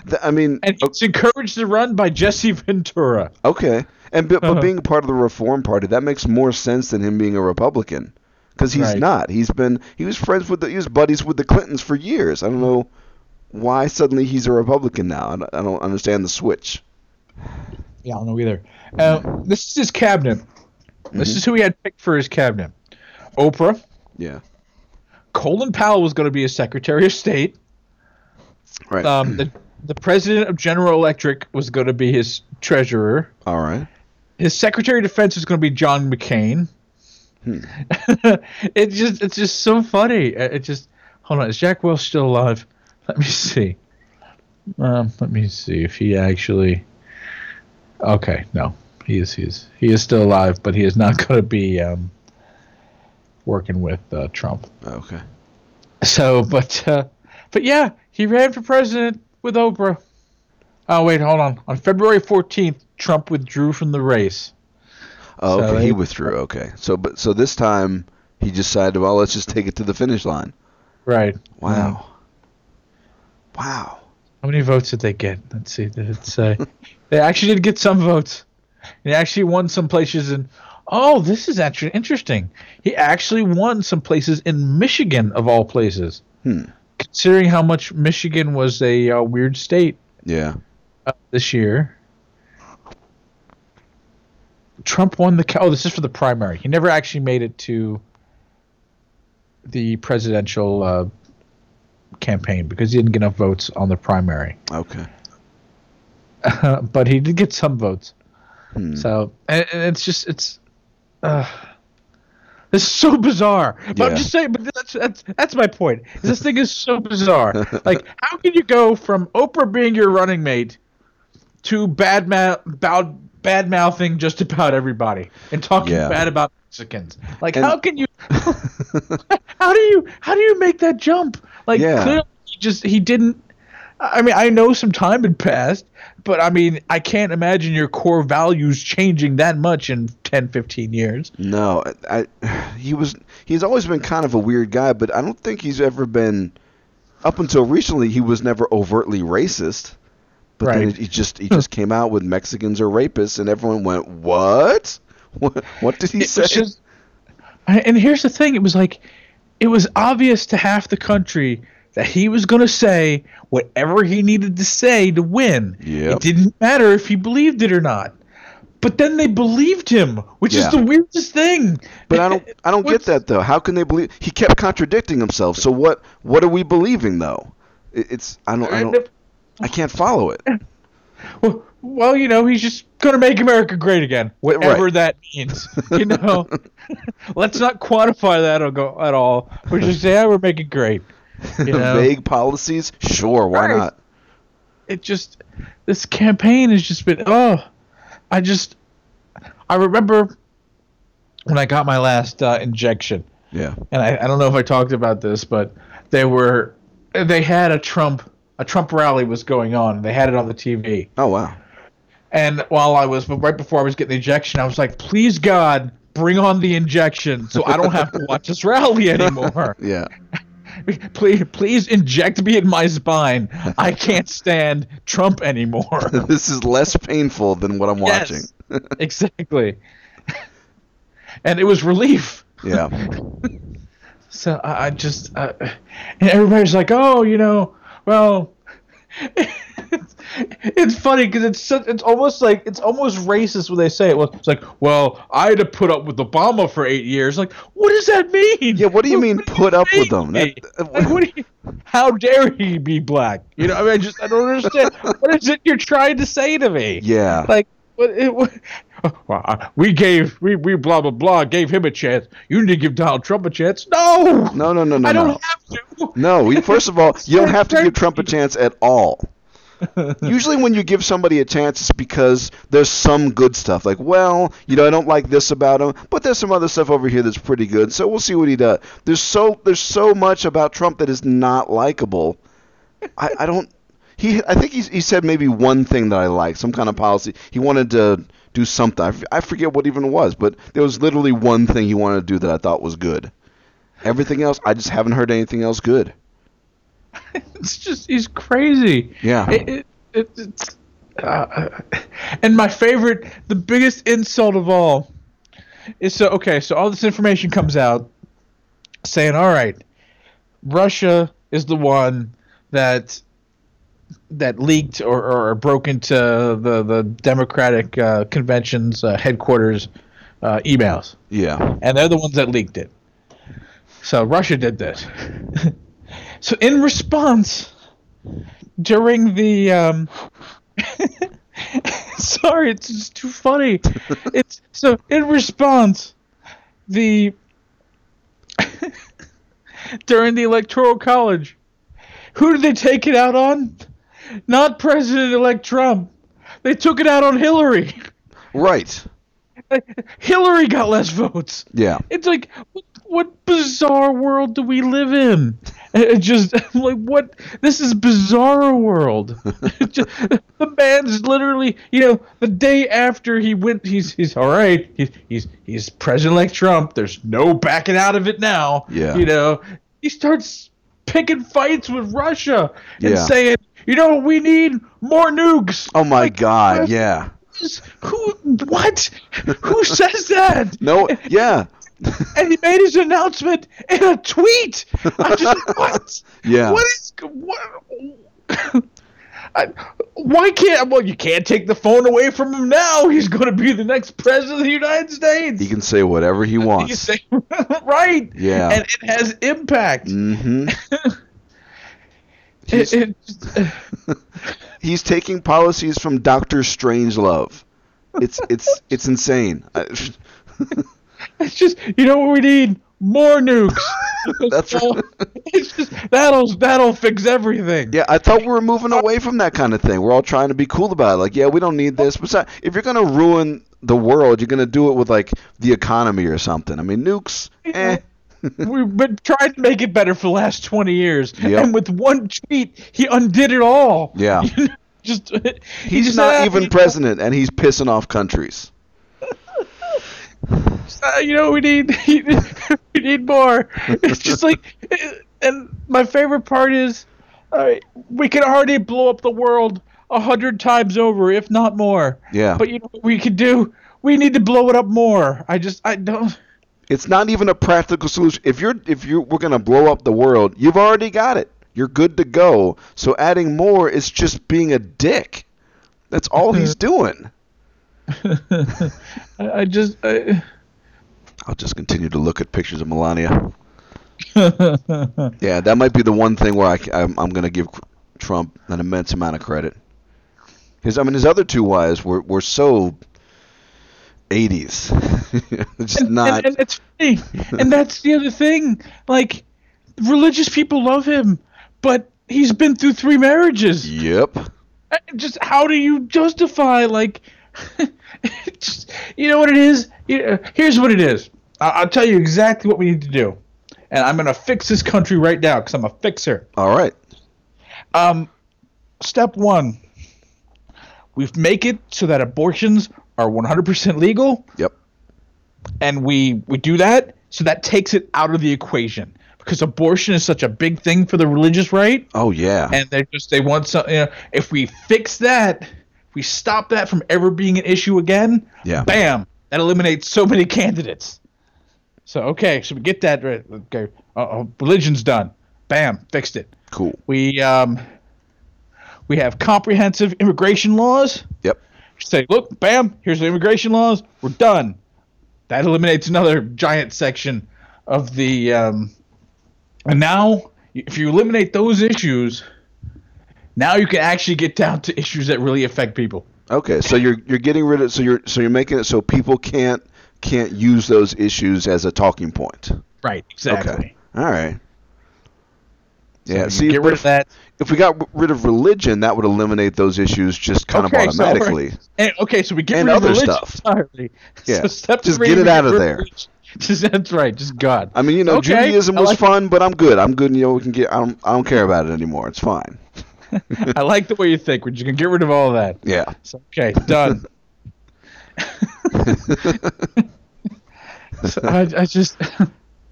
S2: Th- I mean,
S11: And it's encouraged to run by Jesse Ventura.
S2: okay. And but,
S11: Uh-huh.
S2: but being part of the Reform Party, that makes more sense than him being a Republican, because he's
S11: Right.
S2: not. He's been he was friends with the, he was buddies with the Clintons for years. I don't know why suddenly he's a Republican now. I don't, I don't understand the switch.
S11: Yeah, I don't know either. Uh, this is his cabinet. This is who he had picked for his cabinet. Oprah.
S2: Yeah.
S11: Colin Powell was going to be his Secretary of State.
S2: Right.
S11: Um, the, the president of General Electric was going to be his treasurer.
S2: All right.
S11: His Secretary of Defense is going to be John McCain. it just it's just so funny. Uh, It it just hold on, is Jack Welch still alive? Let me see. Um, let me see if he actually. Okay, no, he is he is he is still alive, but he is not going to be um, working with uh, Trump.
S2: Oh, Okay.
S11: So, but uh, but yeah, he ran for president with Oprah. Oh wait, hold on. On February fourteenth, Trump withdrew from the race.
S2: Oh,
S11: So
S2: okay.
S11: they-
S2: he withdrew. Okay. So, but so this time he decided, well, let's just take it to the finish line.
S11: Right.
S2: Wow. Wow.
S11: How many votes did they get? Let's see. Did it say? they actually did get some votes. They actually won some places in. Oh, this is actually interesting. He actually won some places in Michigan, of all places. Considering how much Michigan was a uh, weird state
S2: Yeah.
S11: this year. Trump won the. ca- Oh, this is for the primary. He never actually made it to the presidential uh, campaign because he didn't get enough votes on the primary.
S2: Okay.
S11: but he did get some votes.
S2: Hmm.
S11: So and, and it's just it's, uh, it's so bizarre. But
S2: Yeah.
S11: I'm just saying. But that's that's that's my point. is This thing is so bizarre. like, how can you go from Oprah being your running mate to bad ma- bad bad mouthing just about everybody and talking
S2: Yeah.
S11: bad about Mexicans? Like,
S2: And-
S11: how can you? how do you how do you make that jump? Like,
S2: Yeah.
S11: clearly, he just he didn't. I mean, I know some time had passed, but I mean, I can't imagine your core values changing that much in 10, 15 years.
S2: No, I, I- he was he's always been kind of a weird guy, but I don't think he's ever been up until recently he was never overtly racist. But then
S11: Right.
S2: he just he just came out with Mexicans are rapists and everyone went, "What? What, what did he
S11: It
S2: say?"
S11: was just, and here's the thing: it was like, it was obvious to half the country that he was going to say whatever he needed to say to win.
S2: Yep.
S11: It didn't matter if he believed it or not. But then they believed him, which
S2: Yeah.
S11: is the weirdest thing.
S2: But I don't I don't get
S11: What's-
S2: that though. How can they believe he kept contradicting himself? So what what are we believing though? It, it's I don't I don't I can't follow it.
S11: well, well, you know, he's just going to make America great again, whatever
S2: Right.
S11: that means. You know, let's not quantify that or go- at all. We're just saying yeah, we're making great. You know,
S2: Vague policies? Sure, why
S11: Right.
S2: not?
S11: it just this campaign has just been oh, I just I remember when I got my last uh, injection
S2: Yeah.
S11: and I, I don't know if I talked about this, but they were they had a Trump a Trump rally was going on. They had it on the TV.
S2: Oh wow.
S11: And while I was, but right before I was getting the injection, I was like, please God, bring on the injection so I don't have to watch this rally anymore.
S2: Yeah.
S11: please, please inject me in my spine. I can't stand Trump anymore.
S2: this is less painful than what I'm watching.
S11: Yes, exactly. and it was relief.
S2: Yeah.
S11: So I, I just, uh, and everybody's like, oh, you know, well, it's, it's funny because it's so, it's almost like it's almost racist when they say it. Well, it's like, well, I had to put up with Obama for eight years. Like, what does that mean?
S2: Yeah, what do you mean, put up with
S11: mean?
S2: them? That-
S11: like, what do you, how dare he be black? You know, I mean, I just I don't understand. what is it you're trying to say to me?
S2: Yeah.
S11: like what it what, well, I- we gave we, we blah blah blah gave him a chance you need to give donald trump a chance no
S2: No, no, no, no,
S11: i don't
S2: no.
S11: have to
S2: No, we- first of all, you don't have to give
S11: Right.
S2: Trump a chance at all. Usually, when you give somebody a chance, it's because there's some good stuff. Like, well, you know, I don't like this about him, but there's some other stuff over here that's pretty good. So we'll see what he does. There's so there's so much about Trump that is not likable. I, I don't. He I think he he said maybe one thing that I like, some kind of policy. He wanted to do something. I, f- I forget what even it was, but there was literally one thing he wanted to do that I thought was good. Everything else, I just haven't heard anything else good.
S11: it's just he's crazy
S2: Yeah.
S11: it, it, it, it's, uh, and my favorite the biggest insult of all is so okay so all this information comes out saying all right russia is the one that that leaked or, or, or broke into the the Democratic uh, convention's uh, headquarters uh, emails,
S2: Yeah.
S11: and they're the ones that leaked it. So Russia did this. so in response, during the um, sorry, it's just too funny. It's so in response, the during the electoral college, who did they take it out on? Not President-elect Trump. They took it out on Hillary.
S2: Right.
S11: Hillary got less votes.
S2: Yeah.
S11: It's like, what, what bizarre world do we live in? It just I'm like what this is bizarre world. Just- the man's literally, you know, the day after he went, he's he's all right. He's he's he's President-elect Trump. There's no backing out of it now.
S2: Yeah.
S11: You know, he starts picking fights with Russia and
S2: Yeah.
S11: saying, you know, what we need more nukes.
S2: Oh my God. Yeah.
S11: Who? What? Who says that?
S2: No. Yeah.
S11: and he made his announcement in a tweet. I just what?
S2: Yeah.
S11: What is what? I, why can't well you can't take the phone away from him now? He's going to be the next president of the United States.
S2: He can say whatever he
S11: You
S2: wants.
S11: say right?
S2: Yeah.
S11: and it has impact.
S2: hmm
S11: It- it-
S2: He's taking policies from Doctor Strangelove. It's it's it's insane. I,
S11: it's just you know what we need more nukes.
S2: that's right.
S11: it's just that'll that'll fix everything.
S2: Yeah, I thought we were moving away from that kind of thing. We're all trying to be cool about it. Like, yeah, we don't need this. Besides, if you're gonna ruin the world, you're gonna do it with like the economy or something. I mean, nukes. Eh.
S11: We've been trying to make it better for the last 20 years.
S2: Yep.
S11: And with one tweet, he undid it all.
S2: Yeah.
S11: You know, just he
S2: He's
S11: just
S2: not
S11: said,
S2: even president, and he's pissing off countries.
S11: "Ah, you know, we need we need more. It's just like, uh, and my favorite part is, uh, we can already blow up the world a hundred times over, if not more.
S2: Yeah.
S11: But you know what we could do? We need to blow it up more. I just I don't.
S2: It's not even a practical solution. If you're if you we're gonna blow up the world, you've already got it. You're good to go. So adding more is just being a dick. That's all he's
S11: Mm-hmm.
S2: doing.
S11: I, I just. I,
S2: I'll just continue to look at pictures of Melania. yeah, that might be the one thing where I, am I'm going to give Trump an immense amount of credit. His, I mean, his other two wives were, were so 80s. just
S11: And,
S2: not.
S11: and it's funny. and that's the other thing. Like, religious people love him, but he's been through three marriages.
S2: yep.
S11: Uh, Just how do you justify? Like, it's just, you know what it is. You- uh, Here's what it is. I- I'll tell you exactly what we need to do, and I'm gonna fix this country right now because I'm a fixer.
S2: All right.
S11: Um, step one. We make it so that abortions are 100% legal
S2: Yep.
S11: and we we do that so that takes it out of the equation because abortion is such a big thing for the religious right
S2: Oh, yeah.
S11: and they just they want some you know, if we fix that we stop that from ever being an issue again
S2: Yeah.
S11: bam that eliminates so many candidates so okay so we get that right okay uh, religion's done bam fixed it
S2: cool.
S11: we um we have comprehensive immigration laws
S2: Yep.
S11: say, look, bam, here's the immigration laws. We're done. That eliminates another giant section of the. Um, and now, if you eliminate those issues, now you can actually get down to issues that really affect people.
S2: Okay, so you're you're getting rid of so you're so you're making it so people can't can't use those issues as a talking point.
S11: Right.
S2: Okay. All right. Yeah. see,
S11: get
S2: but
S11: rid of that.
S2: if we got rid of religion, that would eliminate those issues just kind
S11: Okay,
S2: of
S11: so-
S2: automatically.
S11: And, okay, so we get
S2: And
S11: rid of
S2: other
S11: religion
S2: stuff.
S11: entirely.
S2: Yeah,
S11: So step
S2: just
S11: three,
S2: get it
S11: we
S2: out of
S11: rid
S2: there.
S11: religion. Just, that's right. Just God.
S2: I mean, you know,
S11: Okay,
S2: Judaism
S11: I
S2: was
S11: like-
S2: fun, but I'm good. I'm good. You know, we can get. I don't. I don't care about it anymore. It's fine.
S11: I like the way you think. We're just gonna get rid of all of that.
S2: Yeah.
S11: So, okay, done. So I, I just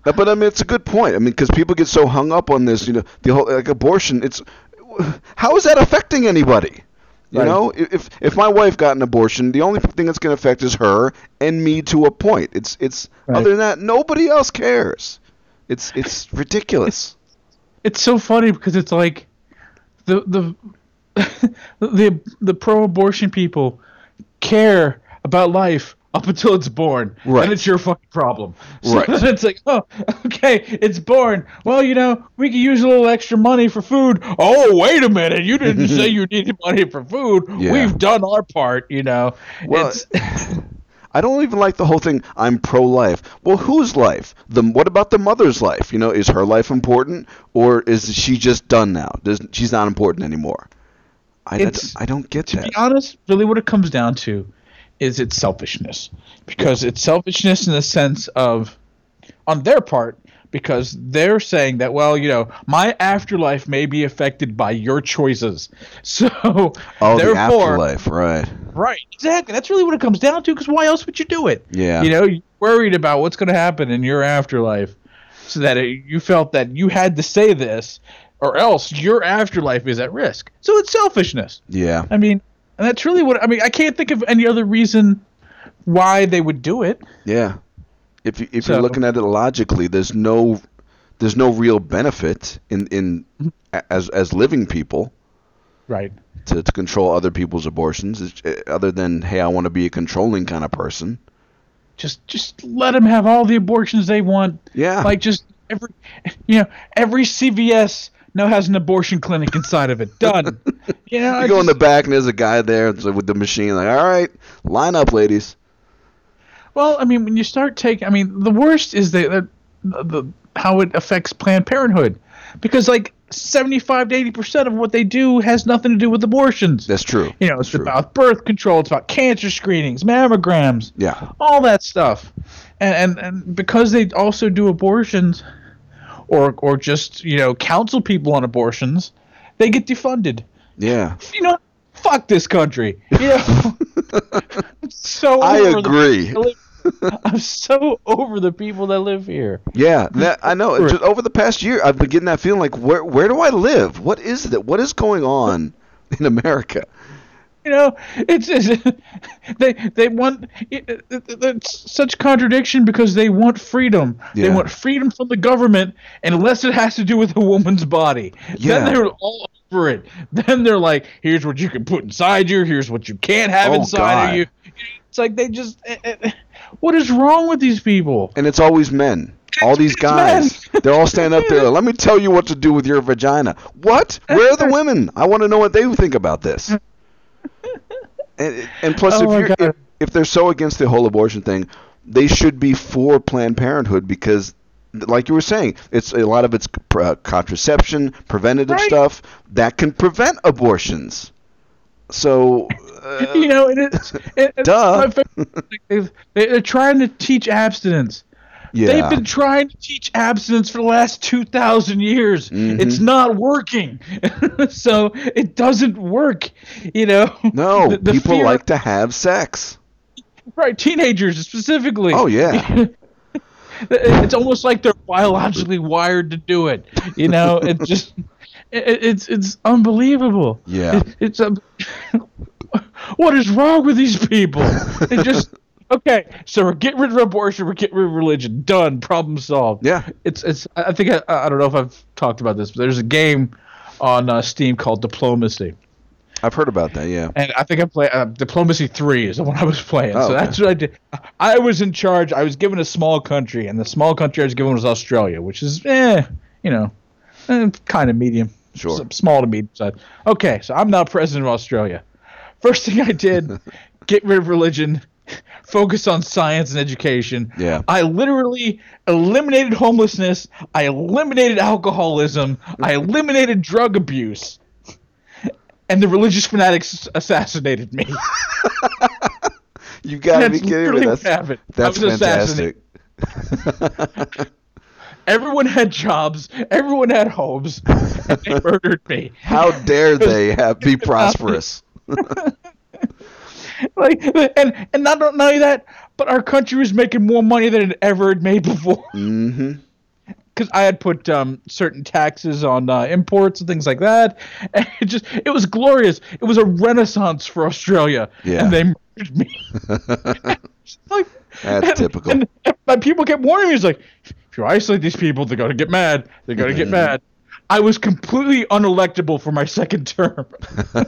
S2: Uh, But I mean, it's a good point. I mean, because people get so hung up on this, you know, the whole like abortion. It's how is that affecting anybody? You
S11: Right.
S2: know, I- if if my wife got an abortion, the only thing that's going to affect is her and me to a point. It's it's
S11: Right.
S2: other than that, nobody else cares. It's it's ridiculous.
S11: it's so funny because it's like the the the the pro-abortion people care about life up until it's born.
S2: Right.
S11: And it's your fucking problem. So
S2: Right.
S11: it's like, oh, okay, it's born. Well, you know, we could use a little extra money for food. Oh, wait a minute. You didn't say you needed money for food.
S2: Yeah.
S11: We've done our part, you know.
S2: Well,
S11: it's,
S2: I don't even like the whole thing. I'm pro-life. Well, whose life? The what about the mother's life? You know, is her life important, or is she just done now? Does she's not important anymore? I,
S11: It's-
S2: I don't get
S11: to
S2: that.
S11: be honest, really what it comes down to is it's selfishness. Because it's selfishness in the sense of on their part, because they're saying that, well, you know, my afterlife may be affected by your choices. So
S2: oh, the
S11: therefore
S2: afterlife, right?
S11: Right, exactly. That's really what it comes down to. Because why else would you do it?
S2: Yeah.
S11: You know, you're worried about what's going to happen in your afterlife, so that it, you felt that you had to say this, or else your afterlife is at risk. So it's selfishness.
S2: Yeah.
S11: I mean, and that's really what I mean. I can't think of any other reason why they would do it.
S2: Yeah. If you, if
S11: So-
S2: you're looking at it logically, there's no there's no real benefit in in
S11: Mm-hmm.
S2: a- as as living people
S11: Right.
S2: to, to control other people's abortions it's, uh, other than hey, I want to be a controlling kind of person.
S11: Just, just let them have all the abortions they want.
S2: Yeah.
S11: Like just every, you know, every CVS now has an abortion clinic inside of it. Done. you know, I
S2: You go in
S11: just-
S2: the back and there's a guy there it's like with the machine like, "All right, line up, ladies."
S11: Well, I mean, when you start taking, I mean, the worst is the, the, the how it affects Planned Parenthood, because like seventy-five to eighty percent of what they do has nothing to do with abortions.
S2: That's true.
S11: you know, it's
S2: That's true.
S11: about birth control, it's about cancer screenings, mammograms,
S2: Yeah.
S11: all that stuff, and and, and because they also do abortions, or or just you know counsel people on abortions, they get defunded.
S2: Yeah.
S11: You know, fuck this country. You know, I'm so
S2: I
S11: over the-
S2: agree.
S11: I'm so over the people that live here.
S2: Yeah, that, I know.
S11: Sure.
S2: Just over the past year, I've been getting that feeling like, where where do I live? What is that? What is going on in America?
S11: You know, it's, it's they they want it, it, it- it's such contradiction because they want freedom. They
S2: Yeah.
S11: want freedom from the government unless it has to do with a woman's body.
S2: Yeah.
S11: Then they're all over it. Then they're like, here's what you can put inside you. Here's what you can't have
S2: Oh,
S11: inside
S2: God.
S11: of you. It's like they just. eh, eh, what is wrong with these people?
S2: and it's always men. All these
S11: it's
S2: guys,
S11: men.
S2: they're all standing up there. Let me tell you what to do with your vagina. What? Where are the women? I want to know what they think about this. And, and plus,
S11: Oh my
S2: if, you're,
S11: God.
S2: if if they're so against the whole abortion thing, they should be for Planned Parenthood because, like you were saying, it's a lot of it's uh, contraception, preventative
S11: Right.
S2: stuff that can prevent abortions. So, uh,
S11: you know, it is. It, it's
S2: Duh.
S11: my favorite thing. They've- they- they're trying to teach abstinence.
S2: yeah,
S11: They've been trying to teach abstinence for the last 2,000 years.
S2: Mm-hmm.
S11: It's not working. so it doesn't work, you know?
S2: no,
S11: The- the
S2: people
S11: fear-
S2: like to have sex.
S11: Right, teenagers specifically.
S2: Oh yeah.
S11: It's almost like they're biologically wired to do it, you know? It just. It, it's it's unbelievable.
S2: Yeah.
S11: It- it's um, what is wrong with these people? They just okay. So we're getting rid of abortion. We're getting rid of religion. Done. Problem solved.
S2: Yeah.
S11: It's it's. I I think I, I don't know if I've talked about this, but there's a game on uh, Steam called Diplomacy,
S2: I've heard about that, yeah.
S11: and I think I play uh, Diplomacy Three is the one I was playing.
S2: Oh,
S11: so that's what I did. I was in charge. I was given a small country, and the small country I was given was Australia, which is eh, you know, eh, kind of medium.
S2: Sure.
S11: S- small to medium size. Okay, so I'm now president of Australia. First thing I did, get rid of religion, focus on science and education.
S2: Yeah.
S11: I literally eliminated homelessness. I eliminated alcoholism. I eliminated drug abuse. And the religious fanatics assassinated me.
S2: You gotta
S11: That's
S2: be kidding me.
S11: literally
S2: That's,
S11: what happened. I
S2: that's
S11: was
S2: fantastic.
S11: assassinated. Everyone had jobs. Everyone had homes. And they murdered me.
S2: How dare they have be prosperous?
S11: Like, and and not not only that, but our country was making more money than it ever had made before.
S2: Mm-hmm.
S11: Because I had put um, certain taxes on uh, imports and things like that, and it just it was glorious. It was a renaissance for Australia,
S2: Yeah.
S11: and they murdered me. like
S2: That's
S11: and-
S2: typical.
S11: And, and my people kept warning me. It's like if you isolate these people, they're gonna get mad. They're gonna
S2: Mm-hmm.
S11: get mad. I was completely unelectable for my second term. I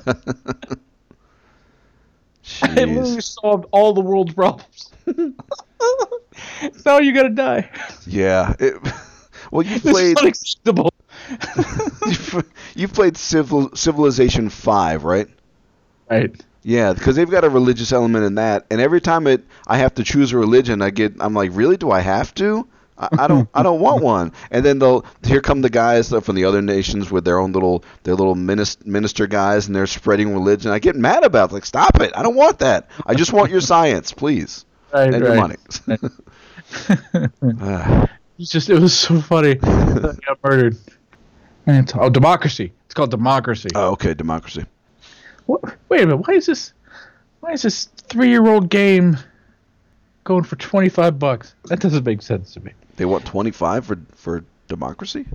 S11: literally
S2: Jeez.
S11: solved all the world's problems. now you gotta die.
S2: Yeah. It, well, you
S11: This is
S2: played
S11: unacceptable.
S2: you played Civil Civilization Five, right?
S11: Right.
S2: Yeah, because they've got a religious element in that, and every time it I have to choose a religion, I get I'm like, really? Do I have to? I, I don't I don't want one. And then they'll here come the guys from the other nations with their own little their little minister, minister guys, and they're spreading religion. I get mad about it. like, stop it! I don't want that. I just want your science, please.
S11: Right,
S2: and
S11: right.
S2: your money. Ah,
S11: It's just it was so funny. I got murdered. And it's, oh, democracy. It's called democracy.
S2: oh, okay, democracy.
S11: What, wait a minute. Why is this? Why is this three-year-old game going for twenty-five bucks? That doesn't make sense to me.
S2: They want 25 for for democracy.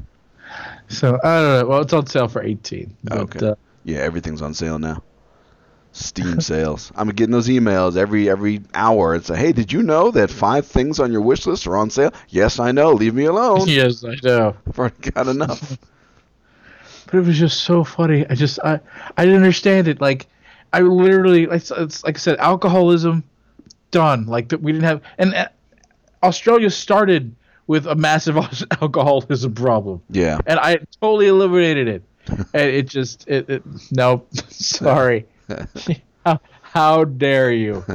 S11: So I don't know. Well, it's on sale for eighteen. But,
S2: Okay.
S11: Uh,
S2: yeah, everything's on sale now. Steam sales. I'm getting those emails every every hour. It's like, hey, did you know that five things on your wish list are on sale? Yes, I know. Leave me alone.
S11: yes, I know.
S2: I've already got enough.
S11: But it was just so funny. I just I I didn't understand it. Like I literally like, it's- it's- like I said, alcoholism done. Like that we didn't have and uh, Australia started with a massive alcoholism problem.
S2: Yeah.
S11: and I totally eliminated it. And it just it, it no, sorry. how, how dare you?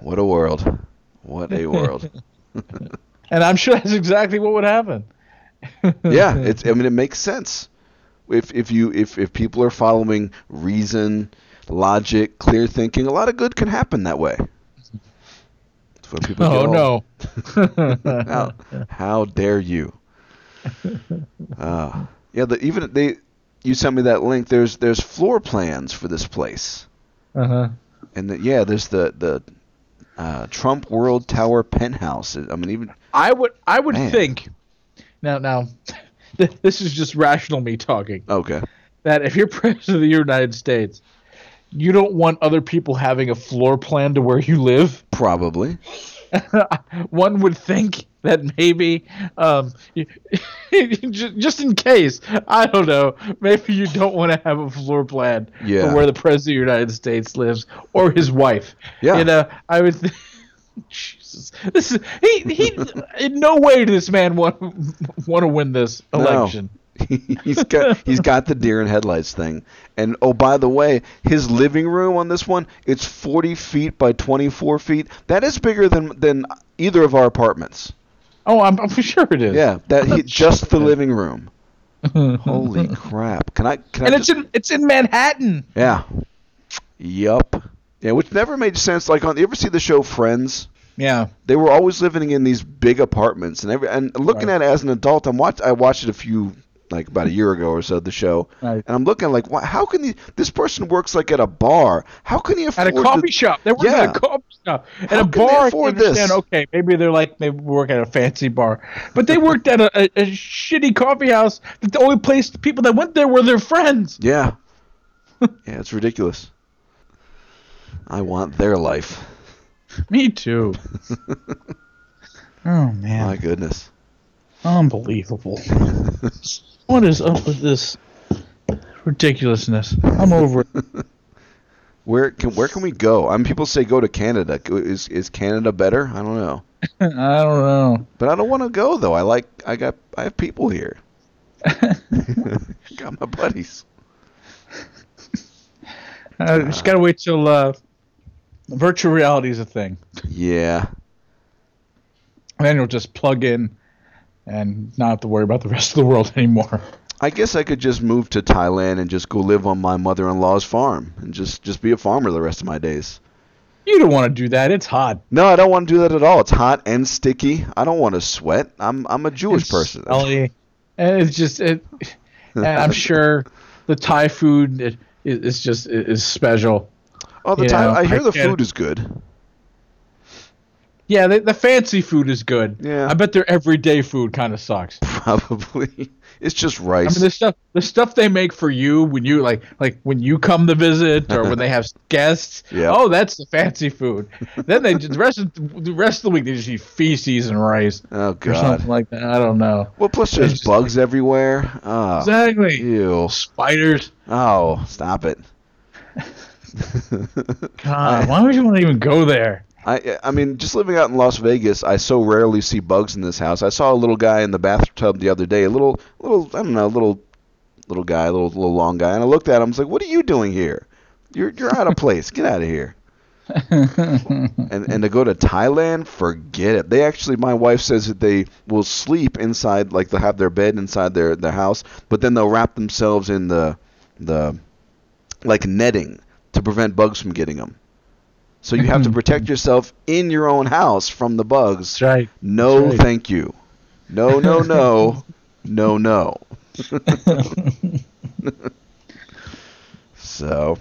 S2: What a world. What a world.
S11: And I'm sure that's exactly what would happen.
S2: yeah, it's. I mean, it makes sense. If if you if if people are following reason, logic, clear thinking, a lot of good can happen that way. That's when people
S11: Oh
S2: get all-
S11: no.
S2: How, how dare you? Uh, yeah, the, even they. You sent me that link. There's there's floor plans for this place,
S11: Uh huh.
S2: and the, yeah, there's the the uh, Trump World Tower penthouse. I mean, even
S11: I would I would
S2: Man.
S11: think now now th- this is just rational me talking
S2: okay,
S11: that if you're president of the United States, you don't want other people having a floor plan to where you live.
S2: probably.
S11: One would think that maybe um, you- ju- just in case I don't know maybe you don't want to have a floor plan
S2: Yeah.
S11: for where the president of the United States lives or his wife.
S2: Yeah.
S11: you know I would. Th- Jesus, this is he. He in no way does this man want want to win this election.
S2: he's got he's got the deer in headlights thing. And oh by the way, his living room on this one, it's 40 feet by 24 feet. That is bigger than than either of our apartments.
S11: Oh, I'm, I'm sure it is.
S2: Yeah, that he, just the living room. Holy crap! Can I? Can
S11: and
S2: I
S11: it's
S2: just-
S11: in it's in Manhattan.
S2: yeah. Yup. Yeah, which never made sense. Like on, you ever see the show Friends?
S11: Yeah.
S2: They were always living in these big apartments, and every and looking
S11: Right.
S2: at it as an adult, I'm watch I watched it a few like about a year ago or so the show,
S11: Right.
S2: and I'm looking like, why, how can the, this person works like at a bar? How can he
S11: At
S2: afford
S11: a coffee
S2: to-
S11: shop. They work at
S2: Yeah.
S11: a coffee shop. At
S2: How
S11: a
S2: can they
S11: bar, I can
S2: afford this?
S11: understand. Okay, maybe they're like they work at a fancy bar, but they worked at a, a, a shitty coffee house. That the only place the people that went there were their friends.
S2: Yeah, yeah, it's ridiculous. I want their life.
S11: Me too. oh man,
S2: My goodness.
S11: unbelievable. what is up with this ridiculousness? I'm over it.
S2: Where can where can we go? I mean, people say go to Canada. Go- Is is Canada better? I don't know,
S11: I don't know.
S2: but I don't want to go though. I like I got I have people here. got my buddies.
S11: I just gotta wait till uh, virtual reality is a thing.
S2: Yeah,
S11: And then you'll just plug in and not have to worry about the rest of the world anymore.
S2: I guess I could just move to Thailand and just go live on my mother-in-law's farm and just just be a farmer the rest of my days.
S11: You don't want to do that. It's hot.
S2: No, I don't want to do that at all. It's hot and sticky. I don't want to sweat. I'm I'm a Jewish
S11: It's
S2: person.
S11: smelly. And it's just it. And I'm sure the Thai food i- i- is just i- is special.
S2: All the
S11: you
S2: time.
S11: know,
S2: I hear
S11: I
S2: the
S11: can't-
S2: food is good.
S11: Yeah, the, the fancy food is good.
S2: Yeah.
S11: I bet their everyday food kind of sucks.
S2: Probably. It's just
S11: I
S2: rice.
S11: mean, the stuff the stuff they make for you when you like like when you come to visit or when they have guests.
S2: Yeah.
S11: Oh, that's the fancy food. then they the rest of the rest of the week they just eat feces and rice.
S2: oh
S11: or
S2: God.
S11: something like that. I don't know.
S2: Well, plus there's
S11: It's-
S2: bugs everywhere. Ah,
S11: Exactly.
S2: ew.
S11: Spiders.
S2: Oh, stop it.
S11: God, why would you want to even go there?
S2: I I mean, just living out in Las Vegas, I so rarely see bugs in this house. I saw a little guy in the bathtub the other day, a little little I don't know, little little guy, little little long guy, and I looked at him. I was like, "What are you doing here? You're you're out of place. Get out of here." and and to go to Thailand, forget it. They actually, my wife says that they will sleep inside, like they'll have their bed inside their their house, but then they'll wrap themselves in the the like netting to prevent bugs from getting them. So you have to protect yourself in your own house from the bugs.
S11: That's right.
S2: No,
S11: That's right.
S2: thank you. No, no, no, no, no. so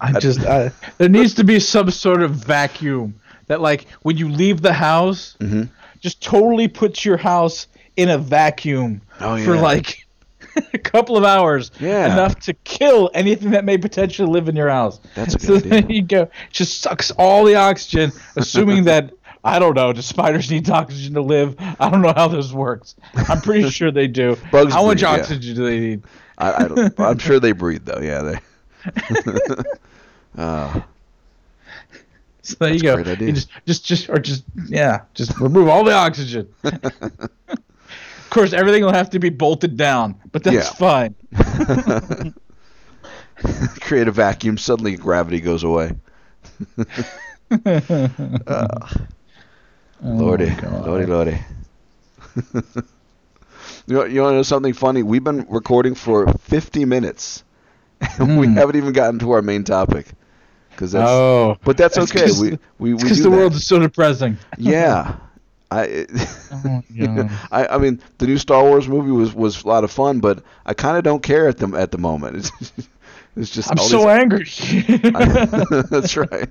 S11: I'm just I, there needs to be some sort of vacuum that like when you leave the house,
S2: mm-hmm.
S11: just totally puts your house in a vacuum
S2: Oh,
S11: for
S2: yeah.
S11: like a couple of hours.
S2: Yeah.
S11: Enough to kill anything that may potentially live in your house.
S2: That's a
S11: so
S2: good
S11: there
S2: idea.
S11: you go. Just sucks all the oxygen, assuming that I don't know. Do spiders need oxygen to live? I don't know how this works. I'm pretty sure they do.
S2: Bugs
S11: how much
S2: breathe, yeah.
S11: oxygen do they need?
S2: I, I don't, I'm sure they breathe though. Yeah, they. Uh,
S11: So there you
S2: That's
S11: go.
S2: a great idea.
S11: You just, just, just, or just, yeah, just remove all the oxygen. of course, everything will have to be bolted down, but that's
S2: Yeah.
S11: fine.
S2: create a vacuum. Suddenly, gravity goes away. Ah.
S11: Oh
S2: lordy, lordy, lordy. you know, you want to know something funny? We've been recording for 50 minutes, and we haven't even gotten to our main topic. Cause that's,
S11: Hmm. Oh.
S2: but that's
S11: It's
S2: okay.
S11: 'cause-
S2: We we we
S11: Because
S2: do
S11: the
S2: that.
S11: world is so depressing.
S2: yeah. I,
S11: Oh God.
S2: I I mean the new Star Wars movie was, was a lot of fun, but I kind of don't care at the at the moment. It's, it's just
S11: I'm
S2: all
S11: so
S2: these-
S11: angry.
S2: That's right.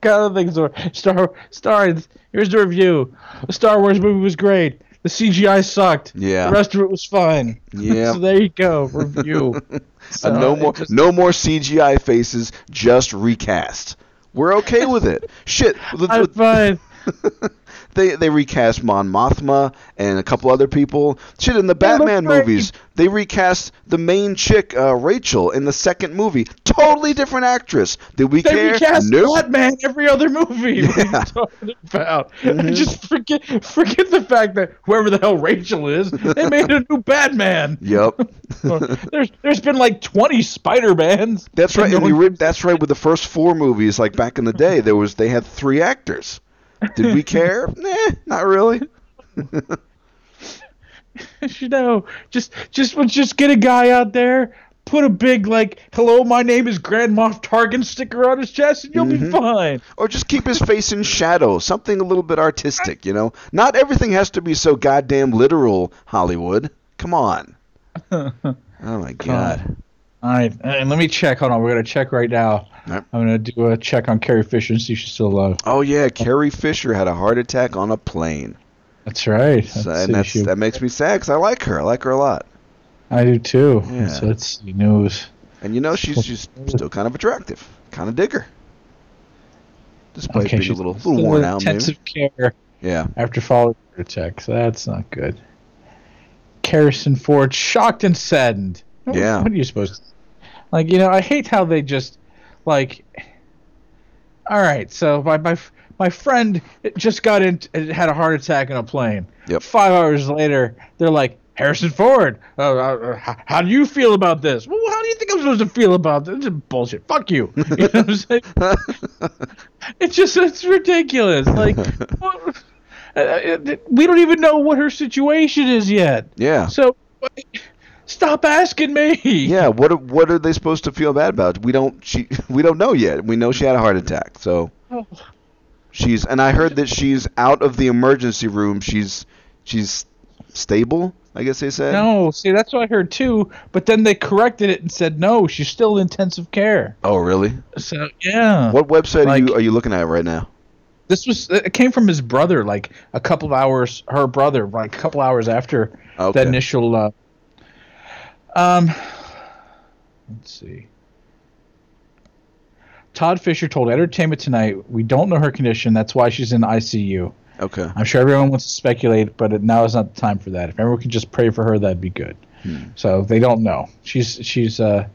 S11: kind of things are Star Star. Here's the review. The Star Wars movie was great. The CGI sucked.
S2: Yeah.
S11: The rest of it was fine.
S2: Yeah.
S11: so there you go. Review. So
S2: Uh, no
S11: it
S2: more
S11: just-
S2: no more CGI faces, just recast. We're okay with it. Shit, the-
S11: I'm
S2: the-
S11: fine.
S2: they they recast Mon Mothma and a couple other people. Shit, in the
S11: look
S2: Batman
S11: great.
S2: movies, they recast the main chick uh, Rachel in the second movie. Totally different actress. Did we
S11: They
S2: care?
S11: recast
S2: Nope.
S11: Batman every other movie. What are you talking about?
S2: Mm-hmm.
S11: Just forget forget the fact that whoever the hell Rachel is, they made a new Batman.
S2: Yep.
S11: there's there's been like twenty Spider Mans.
S2: That's right. And the, ori- that's right. With the first four movies, like back in the day, there was they had three actors. Did we care? nah, not really.
S11: you know, just just let's just get a guy out there, put a big like, hello, my name is Grand Moff Tarkin sticker on his chest, and you'll be fine.
S2: Or just keep his face in shadow. Something a little bit artistic, you know. Not everything has to be so goddamn literal. Hollywood, come on. Oh my god.
S11: All right, and let me check. Hold on, we're gonna check right now.
S2: Yep.
S11: I'm gonna do a check on Carrie Fisher and see if she's still alive.
S2: Oh yeah, Carrie Fisher had a heart attack on a plane,
S11: That's right.
S2: So-
S11: Let's see
S2: and that's,
S11: if she-
S2: that makes me sad because I like her. I like her a lot,
S11: I do too.
S2: Yeah.
S11: So let's see news.
S2: and you know she's she's still kind of attractive, kind of digger. Despite
S11: Okay,
S2: being a
S11: she's
S2: little, little
S11: still
S2: worn
S11: in
S2: out, maybe.
S11: intensive care
S2: Yeah.
S11: after following her attack. So that's not good. Harrison Ford shocked and saddened. What-
S2: Yeah.
S11: What are you supposed to? Like you know, I hate how they just like. All right, so my my my friend just got in had a heart attack in a plane.
S2: Yep.
S11: Five hours later, they're like. Harrison Ford, uh, uh, how, how do you feel about this? Well, how do you think I'm supposed to feel about this? This is bullshit. Fuck you. You know what I'm saying? It's just it's ridiculous. Like what, uh, uh, we don't even know what her situation is yet.
S2: Yeah.
S11: So stop asking me.
S2: Yeah, what are- what are they supposed to feel bad about? We don't she we don't know yet. We know she had a heart attack. So
S11: Oh,
S2: she's and I heard that she's out of the emergency room. She's she's stable, I guess they said.
S11: No, see that's what I heard too. But then they corrected it and said no, she's still in intensive care.
S2: Oh, really?
S11: So yeah,
S2: What website are
S11: Like-
S2: you are you looking at right now?
S11: this was it came from his brother, like a couple of hours. Her brother, like a couple hours after
S2: Okay.
S11: the initial. Uh, um, let's see. Todd Fisher told Entertainment Tonight, "We don't know her condition. That's why she's in ICU.
S2: Okay.
S11: I'm sure everyone wants to speculate, but it, now is not the time for that. If everyone could just pray for her, that'd be good." So they don't know. She's she's uh,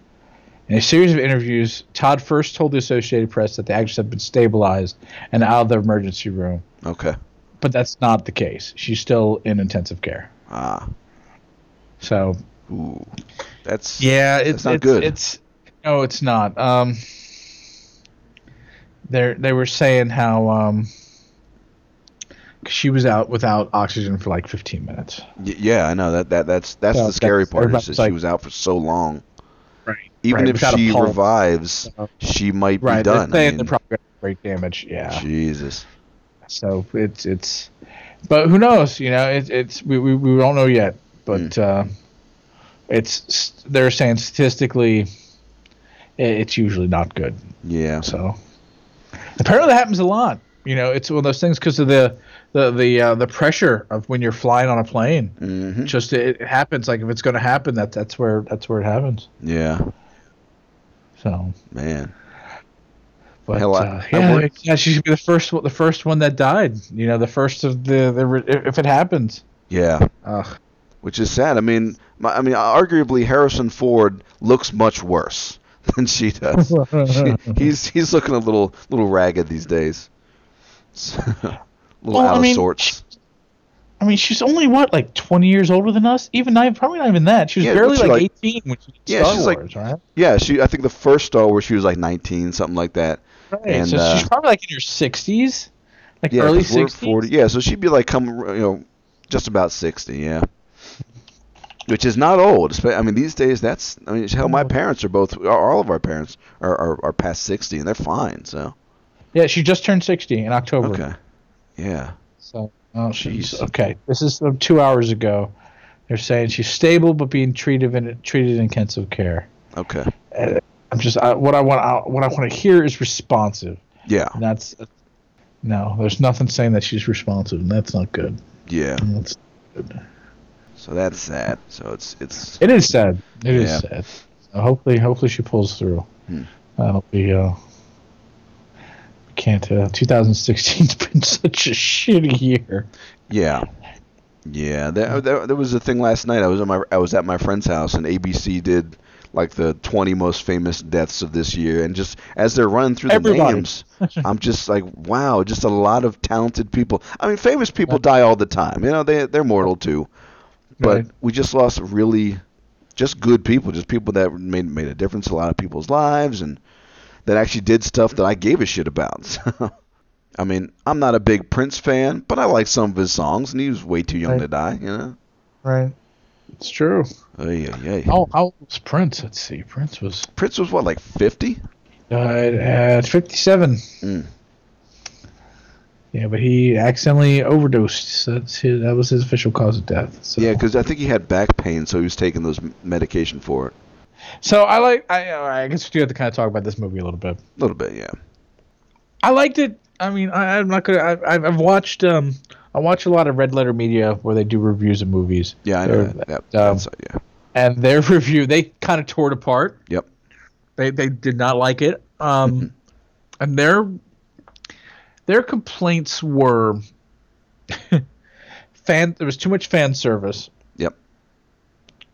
S11: in a series of interviews. Todd first told the Associated Press that the actress had been stabilized and out of the emergency room,
S2: Okay.
S11: but that's not the case. She's still in intensive care.
S2: Ah.
S11: So
S2: Ooh. That's
S11: yeah,
S2: that's
S11: it's
S2: not
S11: it's,
S2: good.
S11: It's no, it's not. Um, they they were saying how um, 'cause she was out without oxygen for like 15 minutes.
S2: Y- yeah, I know that that that's that's
S11: So
S2: the scary
S11: that's-
S2: part is
S11: everybody's
S2: that
S11: like-
S2: she was out for so long.
S11: Right.
S2: Even
S11: Right,
S2: if
S11: without a
S2: she
S11: pulse.
S2: revives, she might be
S11: Right. They're
S2: done. I
S11: saying
S2: mean,
S11: they're probably gonna have brain damage. Yeah.
S2: Jesus.
S11: So it's it's, but who knows? You know, it, it's we, we we don't know yet. But
S2: Hmm.
S11: uh, it's s- they're saying statistically, i- it's usually not good.
S2: Yeah.
S11: So apparently that happens a lot. You know, it's one of those things because of the the the uh, the pressure of when you're flying on a plane.
S2: Mhm.
S11: Just it, it happens. Like if it's going to happen, that that's where that's where it happens.
S2: Yeah.
S11: So,
S2: Man.
S11: but
S2: Hell, I-
S11: uh,
S2: I
S11: yeah,
S2: worked-
S11: yeah, she should be the first one- the first one that died. You know, the first of the, the re- if- if it happens.
S2: Yeah.
S11: Ugh.
S2: Which is sad. I mean, my, I mean, arguably Harrison Ford looks much worse than she does. She- he's he's looking a little little ragged these days. little
S11: Well, I
S2: out of
S11: mean,
S2: sorts.
S11: I mean, she's only what like twenty years older than us. Even not probably not even that. She was
S2: Yeah,
S11: barely
S2: what's
S11: like,
S2: she like-
S11: eighteen when she did
S2: Yeah,
S11: Star
S2: she's like-
S11: Wars, right?
S2: Yeah, she. I think the first Star Wars, she was like 19, something like that.
S11: Right.
S2: And,
S11: so
S2: uh,
S11: she's probably like in her sixties, like
S2: Yeah,
S11: early
S2: 'cause we're
S11: sixties.
S2: Yeah, so she'd be like, come, you know, just about sixty. Yeah, which is not old. espe- I mean, these days, that's. I mean, hell, my parents are both. are- All of our parents are are, are past sixty, and they're fine. So
S11: Yeah, she just turned sixty in October.
S2: okay, yeah,
S11: So, oh, she's
S2: Jeez.
S11: okay. This is from two hours ago. They're saying she's stable but being treated in treated in intensive care.
S2: okay,
S11: I'm just I, what I want I, what I want to hear is responsive.
S2: yeah,
S11: And that's no, there's nothing saying that she's responsive, and that's not good.
S2: yeah.
S11: And that's-
S2: So that's sad. So it's it's
S11: it is sad. It is
S2: Yeah. Hmm.
S11: sad. So hopefully, hopefully she pulls through. That'll be uh. we Can't. Uh, 2016's been such a shitty year.
S2: yeah. Yeah, there, there, there was a thing last night. I was at my I was at my friend's house, and ABC did like the 20 most famous deaths of this year. And just as they're running through the
S11: Everybody.
S2: names, I'm just like, wow, just a lot of talented people. I mean, famous people die all the time. You know, they they're mortal too. But
S11: Right.
S2: we just lost really just good people, just people that made made a difference in a lot of people's lives, and that actually did stuff that I gave a shit about. So, I mean, I'm not a big Prince fan, but I like some of his songs, and he was way too young
S11: Right.
S2: to die. You know.
S11: Right. It's true.
S2: Ay, ay, ay.
S11: How, how old was Prince? Let's see. Prince was
S2: Prince was what, like 50?
S11: died at 57.
S2: Mm.
S11: Yeah, but he accidentally overdosed. So that's his, that was his official cause of death. So.
S2: Yeah, because I think he had back pain, so he was taking those m- medication for it.
S11: So I like. I, I guess we do have to kind of talk about this movie a little bit.
S2: A little bit, yeah.
S11: I liked it. I mean, I, I'm not gonna. I, I've- I've watched. Um, I watch a lot of Red Letter Media where they do reviews of movies.
S2: Yeah, I know
S11: They're-
S2: that. that
S11: um,
S2: that's, uh, yeah.
S11: and their review, they kind of tore it apart.
S2: Yep.
S11: They they did not like it. Um, and their their complaints were fan. There was too much fan service.
S2: Yep.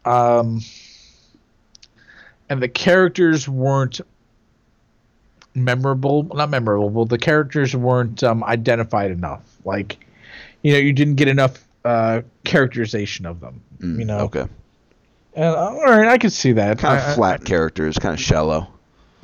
S11: Um, and the characters weren't memorable. Not memorable. But the characters weren't um, identified enough. Like, you know, you didn't get enough uh, characterization of them. you know.
S2: Mm, Okay.
S11: And, uh, all right, I could see that.
S2: Kind
S11: I- I-
S2: of flat characters, kind of shallow.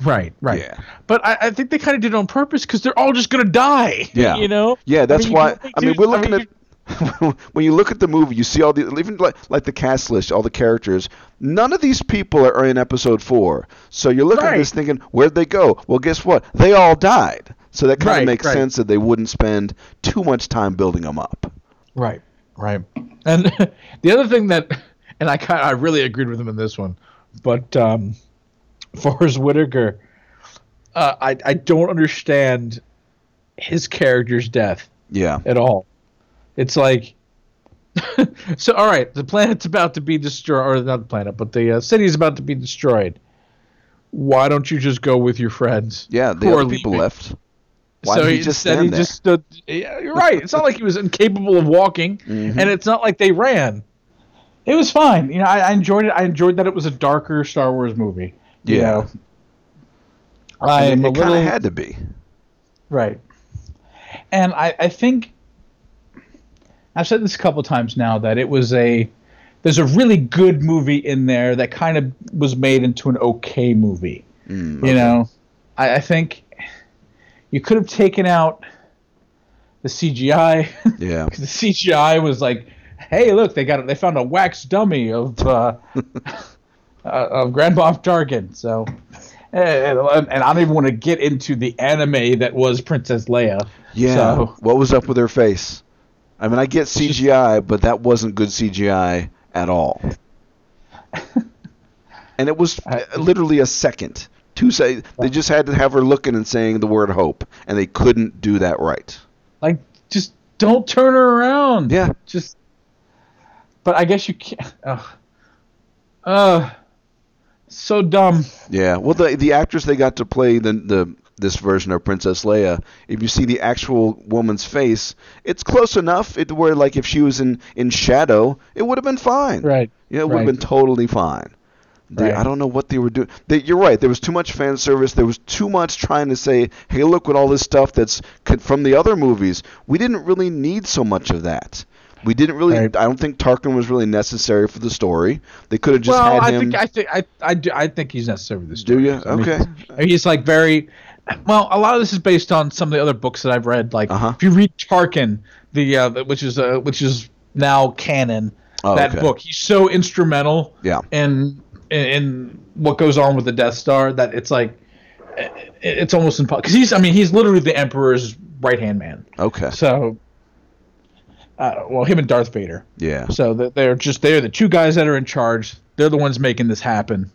S11: Right, right.
S2: Yeah.
S11: But I, I think they kind of did it on purpose because they're all just gonna die.
S2: Yeah.
S11: You know.
S2: Yeah, that's
S11: mean, you
S2: why.
S11: can only
S2: I mean,
S11: do-
S2: we're
S11: I
S2: looking
S11: mean,
S2: at when you look at the movie, you see all the even like, like the cast list, all the characters. None of these people are in episode four, so you're looking at this
S11: Right.
S2: thinking, where'd they go? Well, guess what? They all died. So that kind
S11: Right,
S2: of makes
S11: right.
S2: sense that they wouldn't spend too much time building them up.
S11: Right, right. And the other thing that, and I kind I really agreed with him in this one, but um, Forrest Whitaker, uh, I I don't understand his character's death
S2: Yeah.
S11: at all. It's like. so all right, the planet's about to be destroyed, or not the planet, but the uh, city's about to be destroyed. Why don't you just go with your friends?
S2: Yeah, the
S11: who are
S2: other people
S11: leaving?
S2: left. Why
S11: so
S2: did he,
S11: he
S2: just
S11: said
S2: stand
S11: he
S2: there?
S11: just stood.
S2: Mm-hmm.
S11: Yeah, you're right. It's not like he was incapable of walking, and it's not like they ran. it was fine. You know, I, I enjoyed it. I enjoyed that it was a darker Star Wars movie. you
S2: Yeah.
S11: know.
S2: I
S11: I'm
S2: mean,
S11: a
S2: it kind
S11: little
S2: of had to be.
S11: right, and I, I think I've said this a couple times now that it was a there's a really good movie in there that kind of was made into an okay movie.
S2: Mm,
S11: You know, I, I think you could have taken out the CGI.
S2: Yeah.
S11: the CGI was like, "Hey, look, they got they found a wax dummy of uh, uh, of Grandpa Tarkin." So, and, and I don't even want to get into the anime that was Princess Leia.
S2: Yeah.
S11: So,
S2: What was up with her face? I mean, I get CGI, but that wasn't good CGI at all. and it was literally a second. Two say they just had to have her looking and saying the word hope, and they couldn't do that right.
S11: like, just don't turn her around.
S2: Yeah.
S11: Just. But I guess you can't. Uh, uh so dumb.
S2: Yeah. Well, the the actress they got to play the the this version of Princess Leia, if you see the actual woman's face, it's close enough. It where like if she was in in shadow, it would have been fine.
S11: Right.
S2: Yeah, it would have
S11: Right.
S2: been totally fine. They, I
S11: Right.
S2: don't know what they were doing. They, you're right. There was too much fan service. There was too much trying to say, "Hey, look at all this stuff that's c- from the other movies." We didn't really need so much of that. We didn't really.
S11: Right.
S2: I don't think Tarkin was really necessary for the story. They could have just
S11: well,
S2: had
S11: I
S2: him.
S11: think I think I I, do, I think he's necessary for this.
S2: Do
S11: story.
S2: you?
S11: I mean,
S2: Okay.
S11: I mean, he's like very. Well, a lot of this is based on some of the other books that I've read. Like
S2: Uh-huh.
S11: if you read Tarkin, the uh, which is uh, which is now canon.
S2: Oh,
S11: that
S2: okay.
S11: book. He's so instrumental.
S2: Yeah.
S11: In, in in what goes on with the Death Star that it's like it, it's almost impossible because he's I mean he's literally the Emperor's right hand man.
S2: okay.
S11: So. Uh, well, him and Darth Vader.
S2: yeah.
S11: So that they're just they're the two guys that are in charge. They're the ones making this happen.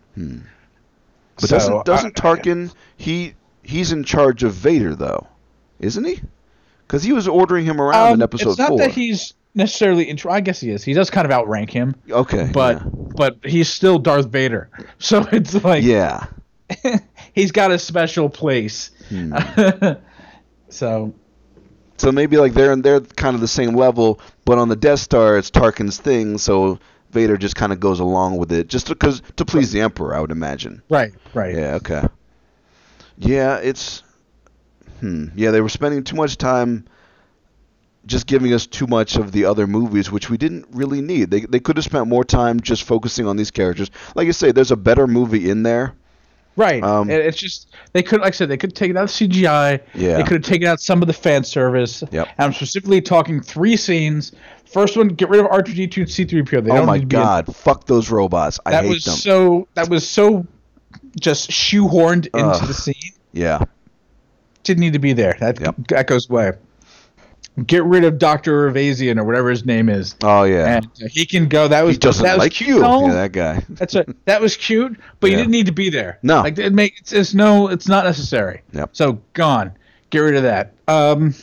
S2: But
S11: So,
S2: doesn't doesn't
S11: I-
S2: Tarkin he he's in charge of Vader though, isn't he? Because he was ordering him around in
S11: Um,
S2: episode
S11: it's not
S2: four.
S11: that he's necessarily in. I guess he is. He does kind of outrank him,
S2: okay,
S11: but but he's still Darth Vader. So it's like
S2: yeah,
S11: he's got a special place.
S2: Hmm.
S11: so
S2: so maybe like they're they're kind of the same level, but on the Death Star it's Tarkin's thing, so Vader just kind of goes along with it, just because to please the Emperor, I would imagine.
S11: right, right.
S2: Yeah. Okay. Yeah, it's. Hmm. Yeah, they were spending too much time just giving us too much of the other movies, which we didn't really need. They they could have spent more time just focusing on these characters. Like you say, there's a better movie in there.
S11: Right.
S2: Um,
S11: It- it's just they could, like I said, they could take it out of CGI.
S2: Yeah.
S11: They could have taken out some of the fan service.
S2: Yep.
S11: And I'm specifically talking three scenes. First one, get rid of R2D2 and C3PO. They
S2: oh
S11: don't
S2: my
S11: need to be in-
S2: God! Fuck those robots! I
S11: that
S2: hate
S11: was
S2: them.
S11: so. That was so, just shoehorned into
S2: Ugh.
S11: the scene.
S2: yeah.
S11: Didn't need to be there. That
S2: Yep.
S11: that goes away. Get rid of Doctor Ravasian or whatever his name is.
S2: Oh yeah.
S11: And uh, he can go. That was
S2: he doesn't
S11: that was
S2: like
S11: cute.
S2: you.
S11: No,
S2: Yeah, that guy.
S11: that's a, that was cute, but
S2: Yeah.
S11: you didn't need to be there.
S2: No.
S11: like it makes it's, it's no, it's not necessary.
S2: Yep.
S11: So gone. Get rid of that. Um,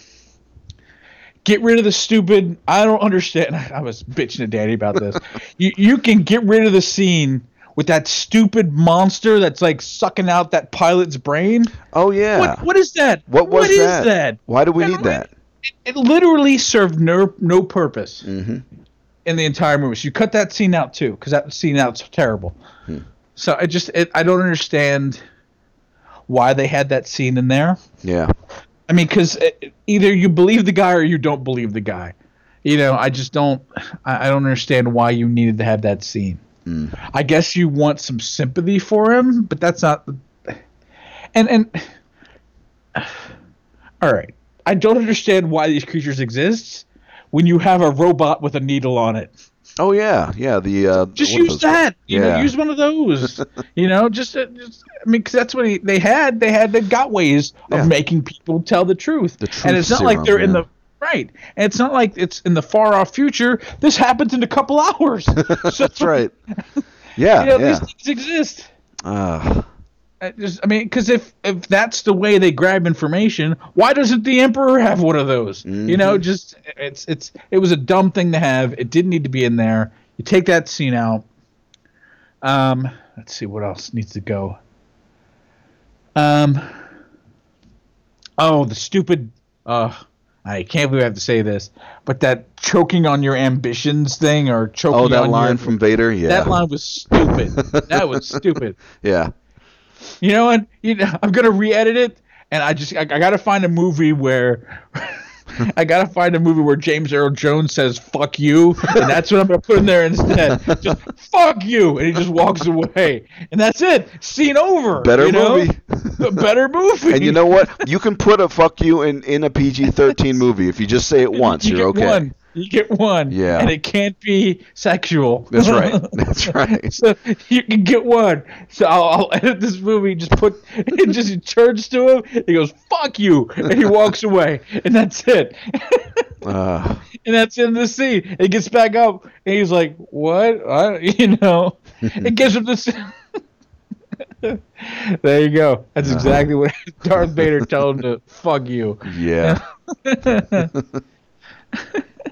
S11: get rid of the stupid. I don't understand. I, was bitching to Daddy about this. you you can get rid of the scene with that stupid monster that's like sucking out that pilot's brain.
S2: Oh yeah.
S11: What what is that?
S2: What was
S11: what is
S2: that?
S11: that?
S2: Why do we
S11: That
S2: need that?
S11: It literally served no no purpose
S2: Mm-hmm.
S11: in the entire movie. So you cut that scene out too, because that scene out's terrible.
S2: Hmm.
S11: So I just it, I don't understand why they had that scene in there.
S2: Yeah.
S11: I mean, because either you believe the guy or you don't believe the guy. You know, I just don't. I, I don't understand why you needed to have that scene. I guess you want some sympathy for him, but that's not. And and all right, I don't understand why these creatures exist when you have a robot with a needle on it.
S2: Oh yeah. Yeah. The uh,
S11: Just
S2: one of
S11: use
S2: those-
S11: that. You
S2: Yeah.
S11: know, use one of those. you know, just, uh, just I mean, 'cause that's what he, they had. They had. They got ways
S2: Yeah.
S11: of making people tell the truth.
S2: The
S11: and
S2: truth
S11: it's not
S2: serum,
S11: like they're in
S2: yeah.
S11: the right. And it's not like it's in the far off future. This happens in a couple hours. So,
S2: That's right. Yeah.
S11: You know,
S2: yeah.
S11: these things exist.
S2: Ah.
S11: I, just, I mean, because if if that's the way they grab information, why doesn't the emperor have one of those? You know,
S2: Mm-hmm.
S11: just it's it's it was a dumb thing to have. It didn't need to be in there. You take that scene out. Um, let's see what else needs to go. Um, oh, the stupid. Uh, I can't believe I have to say this, but that choking on your ambitions thing or choking
S2: Oh, that
S11: on
S2: line
S11: your,
S2: from Vader. Yeah.
S11: that line was stupid. that was stupid.
S2: Yeah.
S11: You know what? You know, I'm gonna re-edit it, and I just I, I gotta find a movie where. I gotta find a movie where James Earl Jones says "fuck you," and that's what I'm gonna put in there instead. Just "fuck you," and he just walks away, and that's it. Scene over.
S2: Better
S11: you know?
S2: movie.
S11: The better movie.
S2: And you know what? You can put a fuck you in, in a PG 13 movie if you just say it once.
S11: you
S2: are
S11: get
S2: okay.
S11: One. You get one.
S2: Yeah.
S11: And it can't be sexual.
S2: That's right. That's right.
S11: so you can get one. So I'll, I'll edit this movie. Just put it. Just he turns to him. He goes "fuck you," and he walks away, and that's it.
S2: Uh,
S11: and that's in the scene. And He gets back up, and he's like, "What?" I, you know, it gives him this. there you go. That's exactly what Darth Vader told him to "fuck you."
S2: yeah.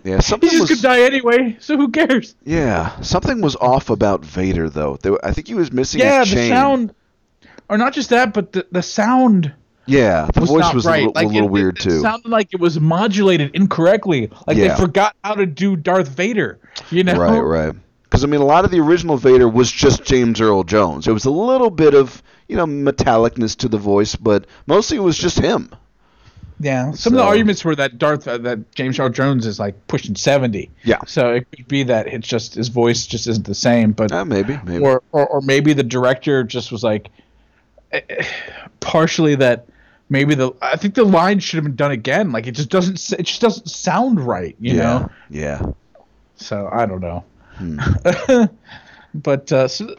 S2: yeah.
S11: He
S2: Something
S11: just
S2: was,
S11: could die anyway, so who cares?
S2: yeah. Something was off about Vader though. There, I think he was missing
S11: yeah,
S2: his
S11: the
S2: chain.
S11: sound, or not just that, but the, the sound
S2: Yeah. The
S11: was
S2: voice
S11: not
S2: was
S11: right.
S2: a little,
S11: like,
S2: a little
S11: it,
S2: weird
S11: it,
S2: too.
S11: It sounded like it was modulated incorrectly. Like
S2: Yeah.
S11: they forgot how to do Darth Vader. You know,
S2: Right, right. Because I mean, a lot of the original Vader was just James Earl Jones. There was a little bit of you know metallicness to the voice, but mostly it was just him.
S11: Yeah. Some of
S2: So-
S11: the arguments were that Darth, uh, that James Earl Jones is like pushing seventy.
S2: Yeah.
S11: So it could be that it's just his voice just isn't the same, but
S2: Uh, maybe, maybe.
S11: or, or or maybe the director just was like eh, eh, partially that maybe the I think the line should have been done again. Like it just doesn't s- it just doesn't sound right, you
S2: yeah,
S11: know.
S2: yeah,
S11: So I don't know.
S2: Hmm.
S11: but uh, so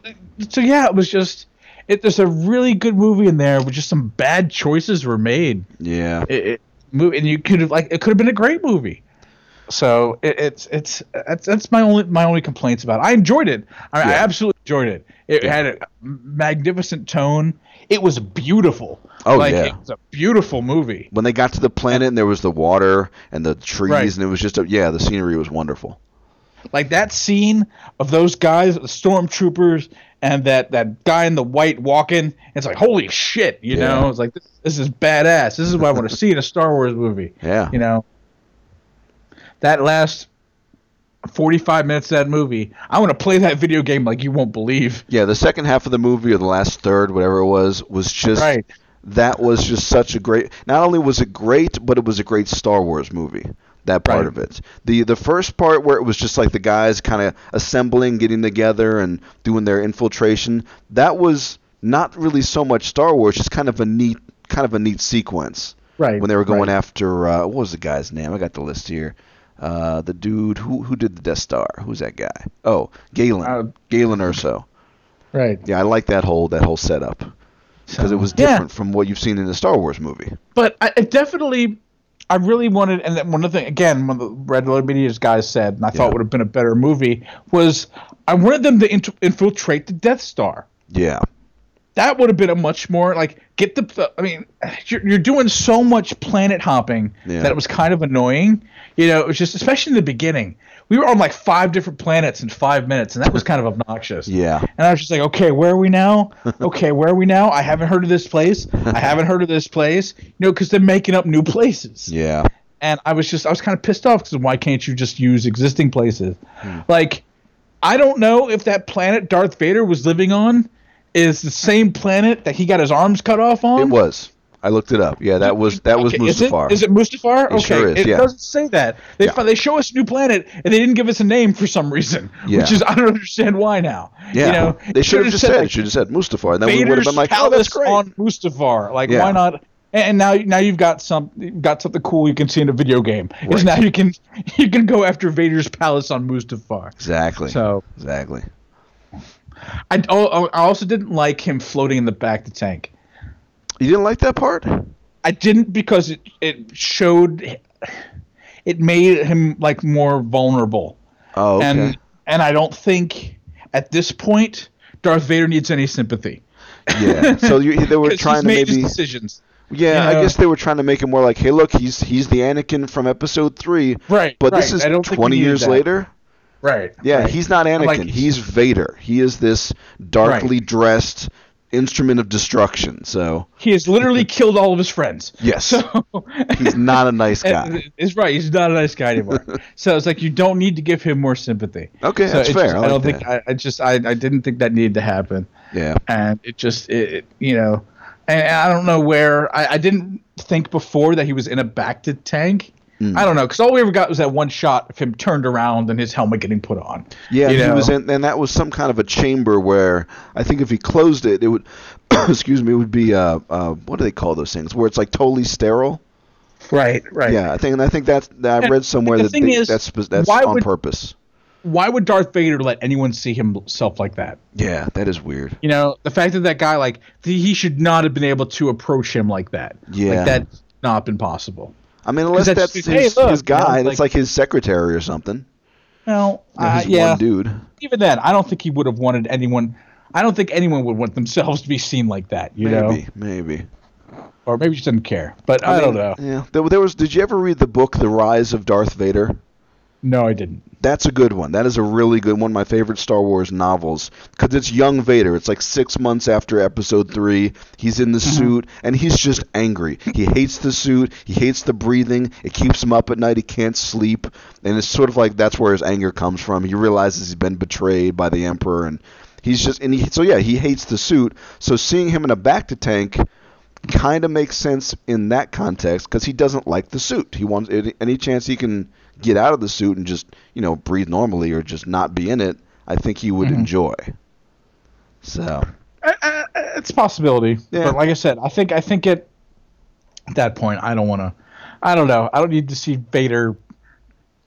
S11: so yeah, it was just it. There's a really good movie in there, but just some bad choices were made.
S2: yeah.
S11: It, it mo- and you could have like it could have been a great movie. So it, it's it's that's that's my only my only complaints about. it. I enjoyed it. I, I
S2: Yeah.
S11: absolutely enjoyed it. It had a magnificent tone. It was beautiful.
S2: Oh,
S11: like,
S2: yeah.
S11: It was a beautiful movie.
S2: when they got to the planet and there was the water and the trees
S11: Right.
S2: and it was just a, yeah the scenery was wonderful
S11: like that scene of those guys, the stormtroopers, and that that guy in the white walking. It's like holy shit, you
S2: Yeah.
S11: know. It's like this, this is badass. This is what I want to see in a Star Wars movie.
S2: Yeah.
S11: you know. That last forty-five minutes of that movie, I want to play that video game like you won't believe.
S2: yeah the second half of the movie or the last third whatever it was was just
S11: Right.
S2: that was just such a great not only was it great but it was a great Star Wars movie that part
S11: Right.
S2: of it the the first part where it was just like the guys kind of assembling getting together and doing their infiltration that was not really so much Star Wars just kind of a neat kind of a neat sequence
S11: Right,
S2: when they were going
S11: right.
S2: after uh, what was the guy's name I got the list here uh, the dude who who did the Death Star who's that guy oh Galen
S11: Uh,
S2: Galen Erso
S11: Right.
S2: yeah I like that whole that whole setup because it was
S11: Yeah.
S2: different from what you've seen in the Star Wars movie.
S11: but I, it definitely I really wanted and then one of the again one of the Red Letter Media's guys said and I
S2: Yeah.
S11: thought would have been a better movie was I wanted them to int- infiltrate the Death Star.
S2: Yeah,
S11: That would have been a much more like get the I mean you're, you're doing so much planet hopping
S2: Yeah.
S11: that it was kind of annoying. You know, it was just especially in the beginning. We were on like five different planets in 5 minutes and that was kind of obnoxious.
S2: yeah,
S11: And I was just like, okay, where are we now? Okay, where are we now? I haven't heard of this place. I haven't heard of this place. You know, because they're making up new places.
S2: yeah,
S11: And I was just, I was kind of pissed off because why can't you just use existing places?
S2: Hmm.
S11: Like, I don't know if that planet Darth Vader was living on is the same planet that he got his arms cut off on.
S2: it was. I looked it up. Yeah, that was that was
S11: Okay, is it-
S2: Mustafar.
S11: Is it Mustafar?
S2: It
S11: okay,
S2: sure is,
S11: it
S2: yeah.
S11: doesn't say that. They
S2: Yeah.
S11: fi- they show us a new planet and they didn't give us a name for some reason,
S2: Yeah.
S11: which is I don't understand why now.
S2: yeah,
S11: you know,
S2: they should
S11: should've
S2: have just said,
S11: like,
S2: it. Should have said Mustafar, and then we would have
S11: Vader's
S2: been like, oh,
S11: palace
S2: that's great.
S11: on Mustafar. Like,
S2: Yeah.
S11: why not? And and now, now you've got some, you've got something cool you can see in a video game.
S2: Right.
S11: Is now you can, you can go after Vader's palace on Mustafar.
S2: exactly.
S11: So-
S2: exactly.
S11: I, oh, oh, I also didn't like him floating in the back of the tank.
S2: You didn't like that part?
S11: I didn't because it, it showed, it made him like more vulnerable.
S2: Oh, okay.
S11: And and I don't think at this point Darth Vader needs any sympathy.
S2: yeah. So you, they were
S11: 'Cause
S2: trying
S11: he's
S2: to
S11: made
S2: maybe.
S11: his decisions.
S2: Yeah, I
S11: Yeah.
S2: guess they were trying to make it more like, hey, look, he's he's the Anakin from Episode three.
S11: Right,
S2: But this
S11: right.
S2: is
S11: I don't think we
S2: twenty
S11: needed
S2: years
S11: that.
S2: later.
S11: Right.
S2: Yeah,
S11: right.
S2: he's not Anakin.
S11: Like-
S2: he's Vader. He is this darkly dressed instrument of destruction. So
S11: He has literally killed all of his friends.
S2: Yes.
S11: So
S2: he's not a nice guy.
S11: It's right. He's not a nice guy anymore. so it's like you don't need to give him more sympathy.
S2: Okay,
S11: So
S2: that's
S11: it's
S2: fair.
S11: just-
S2: I
S11: I,
S2: like
S11: don't
S2: that.
S11: think I, I just I, I didn't think that needed to happen,
S2: Yeah.
S11: and it just it, it- you know, and I don't know where I, I didn't think before that he was in a back to tank.
S2: Hmm.
S11: I don't know because all we ever got was that one shot of him turned around and his helmet getting put on.
S2: Yeah,
S11: you
S2: he
S11: know?
S2: was in, and that was some kind of a chamber where I think if he closed it, it would, excuse me, it would be uh, uh, what do they call those things? Where it's like totally sterile.
S11: right, right.
S2: Yeah, I think, and I think that's that I
S11: And
S2: read somewhere
S11: the
S2: that
S11: thing
S2: they,
S11: is,
S2: that's spe- that's
S11: why
S2: on
S11: would-
S2: purpose.
S11: Why would Darth Vader let anyone see himself like that?
S2: Yeah, that is weird.
S11: You know, the fact that that guy like th- he should not have been able to approach him like that.
S2: Yeah.
S11: like that's not been possible.
S2: I mean, unless
S11: that's
S2: that's,
S11: just-
S2: his,
S11: hey, look,
S2: his
S11: you know,
S2: guy,
S11: like-
S2: that's like his secretary or something.
S11: Well,
S2: You know,
S11: uh,
S2: he's
S11: yeah.
S2: one dude.
S11: Even then, I don't think he would have wanted anyone. I don't think anyone would want themselves to be seen like that. You know,
S2: Maybe, maybe.
S11: or maybe he just didn't care. But I, don't know.
S2: Yeah, there, there was. Did you ever read the book The Rise of Darth Vader?
S11: No, I didn't.
S2: That's a good one. That is a really good one. of My favorite Star Wars novels because it's young Vader. It's like six months after Episode Three. He's in the
S11: Mm-hmm.
S2: suit and he's just angry. He hates the suit. He hates the breathing. It keeps him up at night. He can't sleep, and it's sort of like that's where his anger comes from. He realizes he's been betrayed by the Emperor, and he's just and he, so yeah, he hates the suit. So seeing him in a back to tank kind of makes sense in that context because he doesn't like the suit. He wants any- any chance he can get out of the suit and just you know breathe normally or just not be in it. I think he would
S11: Mm-hmm.
S2: enjoy. So
S11: It's a possibility.
S2: Yeah.
S11: But like I said, I think I think at at that point, I don't want to. I don't know. I don't need to see Vader.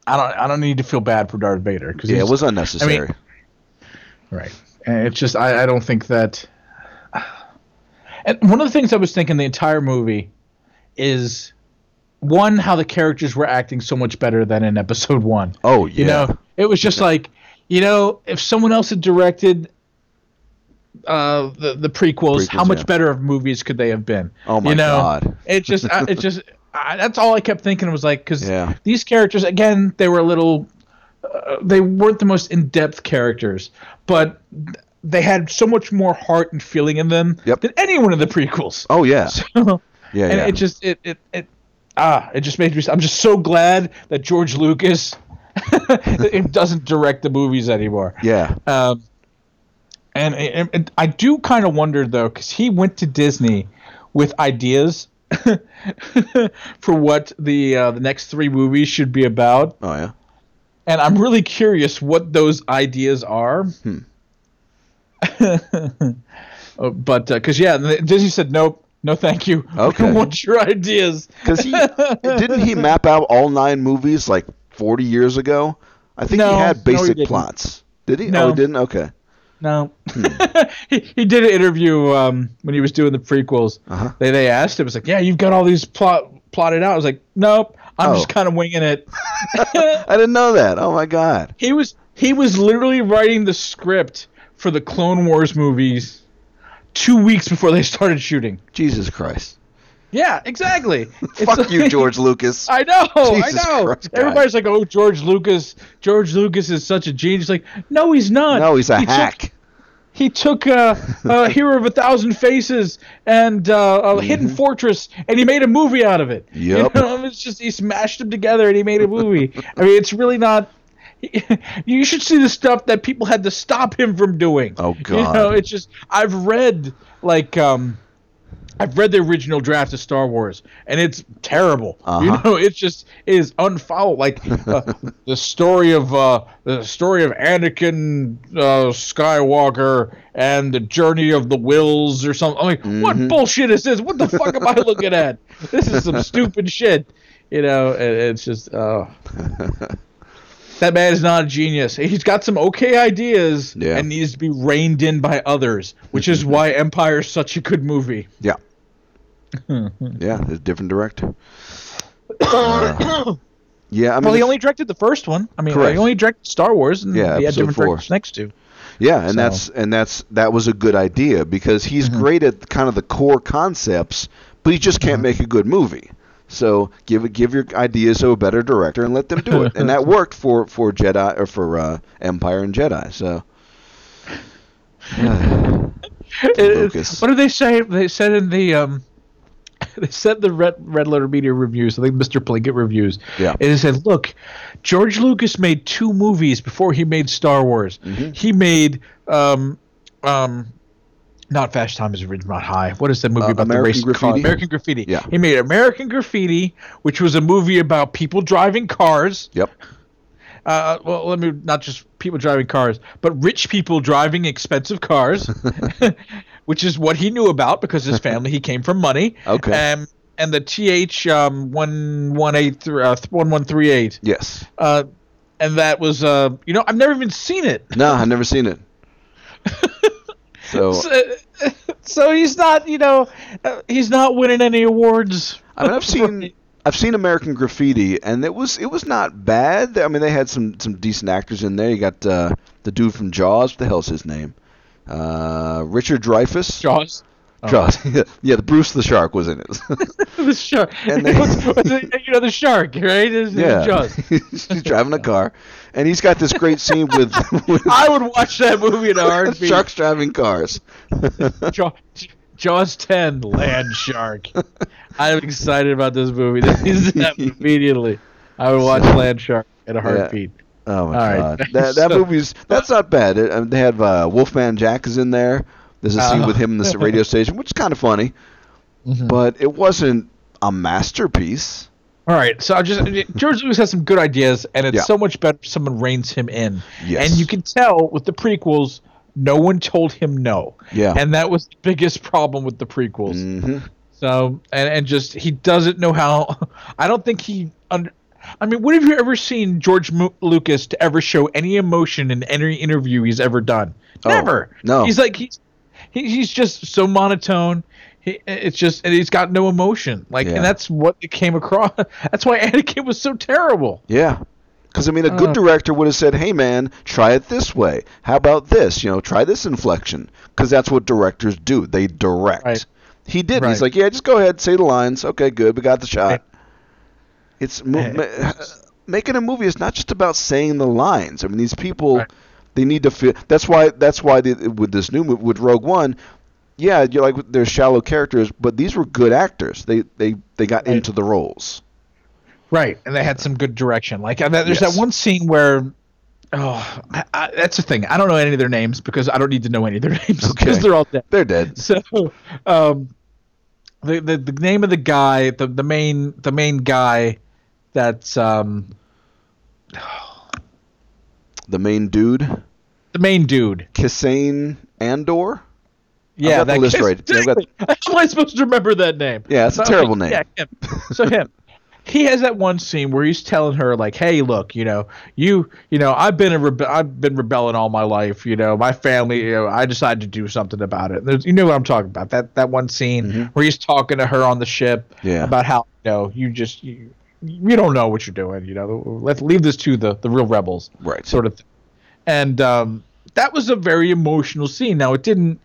S11: I don't. I don't need to feel bad for Darth Vader because
S2: yeah, it was unnecessary.
S11: Right. And it's just I, I don't think that and one of the things I was thinking the entire movie is one, how the characters were acting so much better than in episode one.
S2: oh yeah,
S11: You know? It was just like, you know, if someone else had directed uh, the the prequels,
S2: Prequels,
S11: how much
S2: yeah.
S11: better of movies could they have been?
S2: Oh my
S11: you know?
S2: God.
S11: It just, I, it just, I, that's all I kept thinking was like, because
S2: Yeah.
S11: these characters, again, they were a little, uh, they weren't the most in depth characters, but they had so much more heart and feeling in them
S2: Yep.
S11: than anyone in the prequels.
S2: oh yeah,
S11: yeah,
S2: yeah,
S11: and
S2: yeah.
S11: it just, it, it, it, ah, it just made me. I'm just so glad that George Lucas. it doesn't direct the movies anymore.
S2: yeah.
S11: Um, and, and- and I do kind of wonder though, because he went to Disney with ideas for what the uh, the next three movies should be about,
S2: oh yeah.
S11: and I'm really curious what those ideas are.
S2: Hmm.
S11: Uh, but because yeah, the- Disney said nope, no thank you. We
S2: Okay.
S11: don't want your ideas.
S2: Because he didn't he map out all nine movies like 40 years ago. I think
S11: No,
S2: he
S11: no,
S2: had
S11: he
S2: basic
S11: didn't.
S2: plots. Did he?
S11: No.
S2: Oh, he didn't. Okay.
S11: No.
S2: Hmm.
S11: he, he did an interview um, when he was doing the prequels.
S2: Uh-huh.
S11: They they asked him, it was like, yeah, you've got all these plot plotted out. I was like, nope, I'm
S2: Oh.
S11: just kind of winging it.
S2: I didn't know that. Oh my god.
S11: He was he was literally writing the script for the Clone Wars movies two weeks before they started shooting.
S2: Jesus Christ.
S11: Yeah, exactly. It's
S2: Fuck you,
S11: like-
S2: George Lucas.
S11: I know,
S2: Jesus
S11: I know.
S2: Christ, guys.
S11: Everybody's like, "Oh, George Lucas, George Lucas is such a genius." Like, no, he's not.
S2: no, he's a
S11: He took-
S2: hack.
S11: he took uh, uh, Hero of a Thousand Faces and uh, uh,
S2: Mm-hmm.
S11: Hidden Fortress, and he made a movie out of it. You
S2: Yep.
S11: know, it's just he smashed them together and he made a movie. I mean, it's really not. You should see the stuff that people had to stop him from doing.
S2: Oh,
S11: You know,
S2: God.
S11: it's just I've read like um, I've read the original draft of Star Wars, and it's terrible. You
S2: Uh-huh.
S11: know, it's just it is unfollowed. Like uh, the story of uh, the story of Anakin uh, Skywalker and the journey of the wills or something. I'm like,
S2: Mm-hmm.
S11: what bullshit is this? What the fuck am I looking at? This is some stupid shit. You know, and it's just uh, that man is not a genius. He's got some okay ideas
S2: Yeah.
S11: and needs to be reined in by others, which is why Empire is such a good movie.
S2: Yeah. yeah, there's a different director. Uh, yeah, I mean,
S11: Well, he
S2: it's-
S11: only directed the first one. I mean,
S2: Correct.
S11: he only directed Star Wars, and
S2: Yeah,
S11: he had
S2: episode
S11: different
S2: four.
S11: directors next to.
S2: yeah, and
S11: so- Mm-hmm.
S2: that's and that's that was a good idea because he's great at kind of the core concepts, but he just
S11: Mm-hmm.
S2: can't make a good movie. So give it- give your ideas to a better director and let them do it, and that worked for for Jedi or for uh, Empire and Jedi. So
S11: It- it-
S2: Focus.
S11: what did they say? They said in the um, they said the red red letter media reviews. I think Mr. Plinkett reviews.
S2: Yeah.
S11: and they said, look, George Lucas made two movies before he made Star Wars.
S2: Mm-hmm.
S11: He made um, um, not Fast Times at Ridgemont High. What is that movie
S2: Uh,
S11: about
S2: American
S11: the race? car?
S2: Graffiti?
S11: American Graffiti.
S2: Yeah.
S11: He made American Graffiti, which was a movie about people driving cars
S2: Yep.
S11: uh, well, let me not just people driving cars, but rich people driving expensive cars, which is what he knew about because his family he came from money.
S2: Okay.
S11: Um, and the th um, one one eight three uh, one one three eight.
S2: Yes.
S11: Uh, and that was uh, you know I've never even seen it.
S2: No, I've never seen it. So
S11: So, so he's not you know uh, he's not winning any awards.
S2: I mean, I've seen I've seen American Graffiti, and it was it was not bad. I mean, they had some some decent actors in there. You got uh, the dude from Jaws. What the hell's his name? Uh, Richard Dreyfuss.
S11: Jaws.
S2: Jaws. yeah, the Bruce the Shark was in it.
S11: the shark.
S2: And they-
S11: What's- what's it- you know the shark, right? It's- it's
S2: yeah,
S11: Jaws.
S2: he's driving a car, and he's got this great scene with, with
S11: I would watch that movie in a heartbeat.
S2: sharks driving cars.
S11: Jaw- Jaws 10, Land Shark. I'm excited about this movie. This is that immediately. I would watch Land Shark in a heartbeat.
S2: Oh my
S11: All right.
S2: god, that that
S11: So-
S2: movie's that's not bad. It, um, they have uh, Wolfman Jack is in there. There's a scene
S11: Oh.
S2: with him in this radio station, which is kind of funny,
S11: Mm-hmm.
S2: but it wasn't a masterpiece.
S11: All right, so I just George Lucas has some good ideas, and it's
S2: Yeah.
S11: so much better if someone reins him in.
S2: Yes.
S11: And you can tell with the prequels, no one told him no.
S2: Yeah.
S11: And that was the biggest problem with the prequels.
S2: hmm
S11: So and and just he doesn't know how. I don't think he. Under, I mean, when have you ever seen George Mu Lucas to ever show any emotion in any interview he's ever done?
S2: Oh,
S11: Never.
S2: no.
S11: He's like he's he, he's just so monotone. He, it's just and he's got no emotion. Like
S2: Yeah.
S11: and that's what it came across. That's why Anakin was so terrible.
S2: Yeah, because I mean, a good
S11: Uh.
S2: director would have said, "Hey man, try it this way. How about this? You know, try this inflection," because that's what directors do. They direct.
S11: Right.
S2: He did. not He's
S11: Right.
S2: like, "Yeah, just go ahead, say the lines. Okay, good. We got the shot." It's mo-
S11: Eh.
S2: ma- making a movie is not just about saying the lines. I mean, these people,
S11: Right.
S2: they need to feel. That's why. That's why the, with this new movie, with Rogue One, yeah, you're like they're shallow characters, but these were good actors. They they they got into the roles.
S11: Right, and they had some good direction. Like I there's
S2: Yes.
S11: that one scene where, oh, I, I, that's the thing. I don't know any of their names because I don't need to know any of their names because
S2: Okay.
S11: they're all dead.
S2: They're dead.
S11: so um the, the the name of the guy the, the main the main guy that's um
S2: The main dude.
S11: the main dude
S2: Kissane Andor.
S11: yeah
S2: got the
S11: that
S2: list
S11: kid-
S2: right. Yeah, I've got-
S11: how am i supposed to remember that name
S2: Yeah, it's a
S11: So,
S2: terrible name.
S11: yeah him. so him he has that one scene where he's telling her like hey look you know you you know i've been a rebe- i've been rebelling all my life you know my family you know i decided to do something about it There's, you know what i'm talking about that that one scene where he's talking to her on the ship
S2: Mm-hmm. Yeah.
S11: about how you know you just you, you don't know what you're doing you know let's leave this to the the real rebels
S2: Right.
S11: sort of thing. and um that was a very emotional scene now it didn't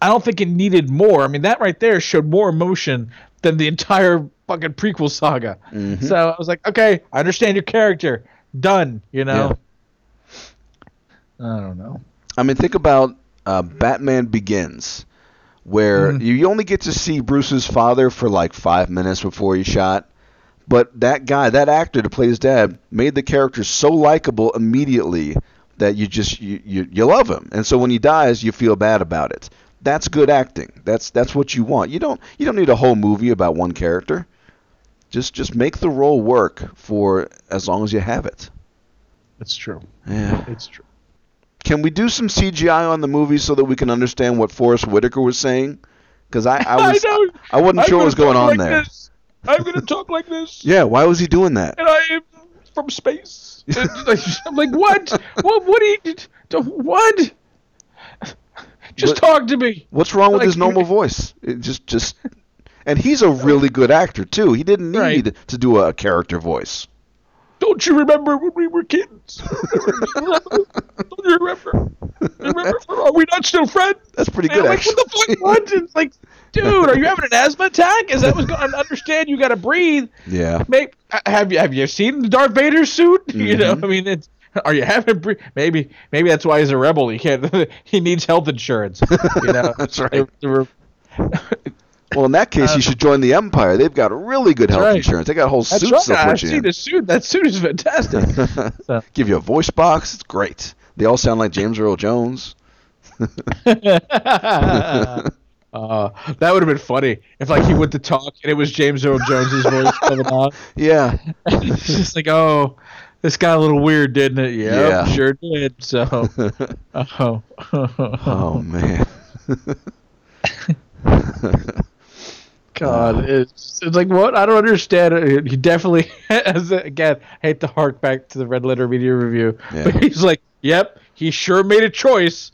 S11: i don't think it needed more i mean that right there showed more emotion than the entire fucking prequel saga
S2: Mm-hmm.
S11: so i was like okay i understand your character done you know i don't know
S2: I mean, think about uh, Batman Begins, where you, you only get to see Bruce's father for like five minutes before he's shot. But that guy, that actor to play his dad, made the character so likable immediately that you just you, you, you love him, and so when he dies, you feel bad about it. That's good acting. That's that's what you want. You don't you don't need a whole movie about one character. Just just make the role work for as long as you have it.
S11: it's true
S2: Yeah.
S11: it's true
S2: Can we do some CGI on the movie so that we can understand what Forrest Whitaker was saying? Because I, I was I,
S11: don't-
S2: wasn't
S11: I'm
S2: sure what
S11: gonna
S2: was going
S11: talk
S2: on
S11: like
S2: there.
S11: this. i'm gonna talk like this
S2: Yeah, why was he doing that?
S11: and I am from space. I'm like, what? What? What? He did, what? Just
S2: What-
S11: talk to me.
S2: What's wrong with
S11: Like-
S2: his normal voice? It just just and he's a really good actor too. He didn't need
S11: Right.
S2: to do a character voice.
S11: Don't you remember when we were kids? Don't you remember? Remember, are we not still friends?
S2: That's pretty
S11: And
S2: good,
S11: I'm like,
S2: actually.
S11: what the fuck? What? It's like, dude, are you having an asthma attack? Is that what's going? I understand you got to breathe.
S2: Yeah.
S11: Make, have you have you seen the Darth Vader suit? You know,
S2: Mm-hmm.
S11: I mean, it's are you having bre- maybe maybe that's why he's a rebel. He can't. he needs health insurance. You know,
S2: That's right.
S11: They- they were-
S2: Well, in that case, you should join the Empire. They've got really good health
S11: right.
S2: insurance. They got whole
S11: uh, that's
S2: suits
S11: right.
S2: they'll
S11: I've
S2: put you
S11: seen
S2: in.
S11: the suit. That suit is fantastic. So,
S2: Give you a voice box. It's great. They all sound like James Earl Jones.
S11: uh, that would have been funny if like he went to talk and it was James Earl Jones's voice coming out.
S2: Yeah.
S11: it's just like, oh, this got a little weird, didn't it? Yep,
S2: Yeah.
S11: yeah, sure did. So, oh,
S2: Oh man.
S11: God, it's, it's like what? I don't understand. it. He definitely, as a- again, I hate to hark back to the Red Letter Media review,
S2: Yeah.
S11: but he's like, yep, he sure made a choice.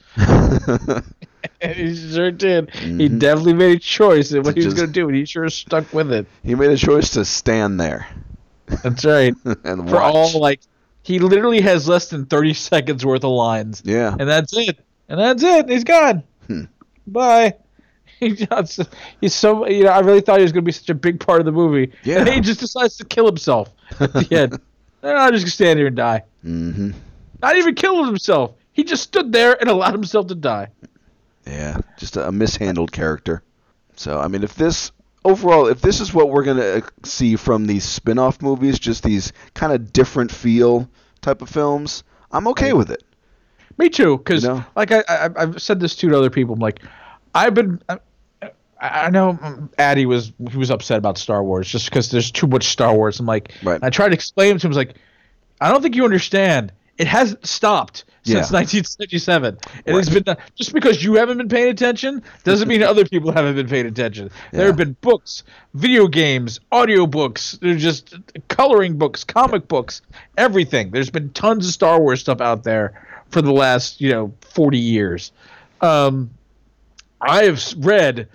S11: And he sure did. He definitely made a choice in what he was
S2: Mm-hmm. just-
S11: going to do, and he sure stuck with it.
S2: he made a choice to stand there
S11: That's right.
S2: and
S11: For
S2: watch.
S11: all like, he literally has less than thirty seconds worth of lines.
S2: yeah.
S11: and that's it. And that's it. He's gone.
S2: Hmm.
S11: Bye. He just, he's so you know I really thought he was going to be such a big part of the movie.
S2: Yeah.
S11: And he just decides to kill himself at the end. No, I'm just going to stand here and die.
S2: mm-hmm.
S11: Not even killing himself. He just stood there and allowed himself to die.
S2: Yeah, just a, a mishandled character. So I mean, if this overall, if this is what we're gonna uh, see from these spin-off movies, just these kind of different feel type of films, I'm okay with it.
S11: Me too, because
S2: You know?
S11: like I, I I've said this too to other people. I'm like, I've been. I, I know um, Addy was he was upset about Star Wars just because there's too much Star Wars. I'm like,
S2: Right.
S11: I tried to explain to him. I was like, I don't think you understand. It hasn't stopped since
S2: Yeah.
S11: 1977. It has been uh, just because you haven't been paying attention doesn't mean other people haven't been paying attention. There have
S2: Yeah.
S11: been books, video games, audio books, there's just coloring books, comic books, everything. There's been tons of Star Wars stuff out there for the last, you know, 40 years. Um, I have s- read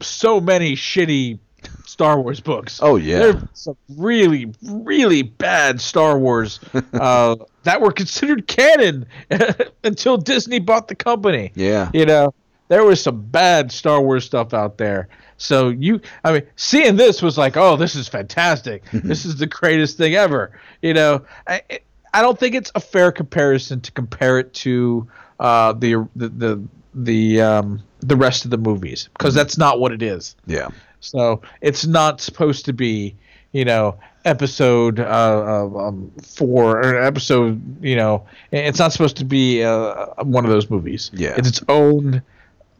S11: so many shitty Star Wars books.
S2: Oh, yeah.
S11: There have been some really, really bad Star Wars uh, that were considered canon until Disney bought the company.
S2: Yeah.
S11: You know, there was some bad Star Wars stuff out there. So you, I mean, seeing this was like, oh, this is fantastic. this is the greatest thing ever. You know, I, it- I don't think it's a fair comparison to compare it to uh, the the the the, um, the rest of the movies because that's not what it is.
S2: Yeah.
S11: So it's not supposed to be, you know, episode uh, uh, um, four or episode, you know, it's not supposed to be uh, one of those movies.
S2: Yeah.
S11: It's its own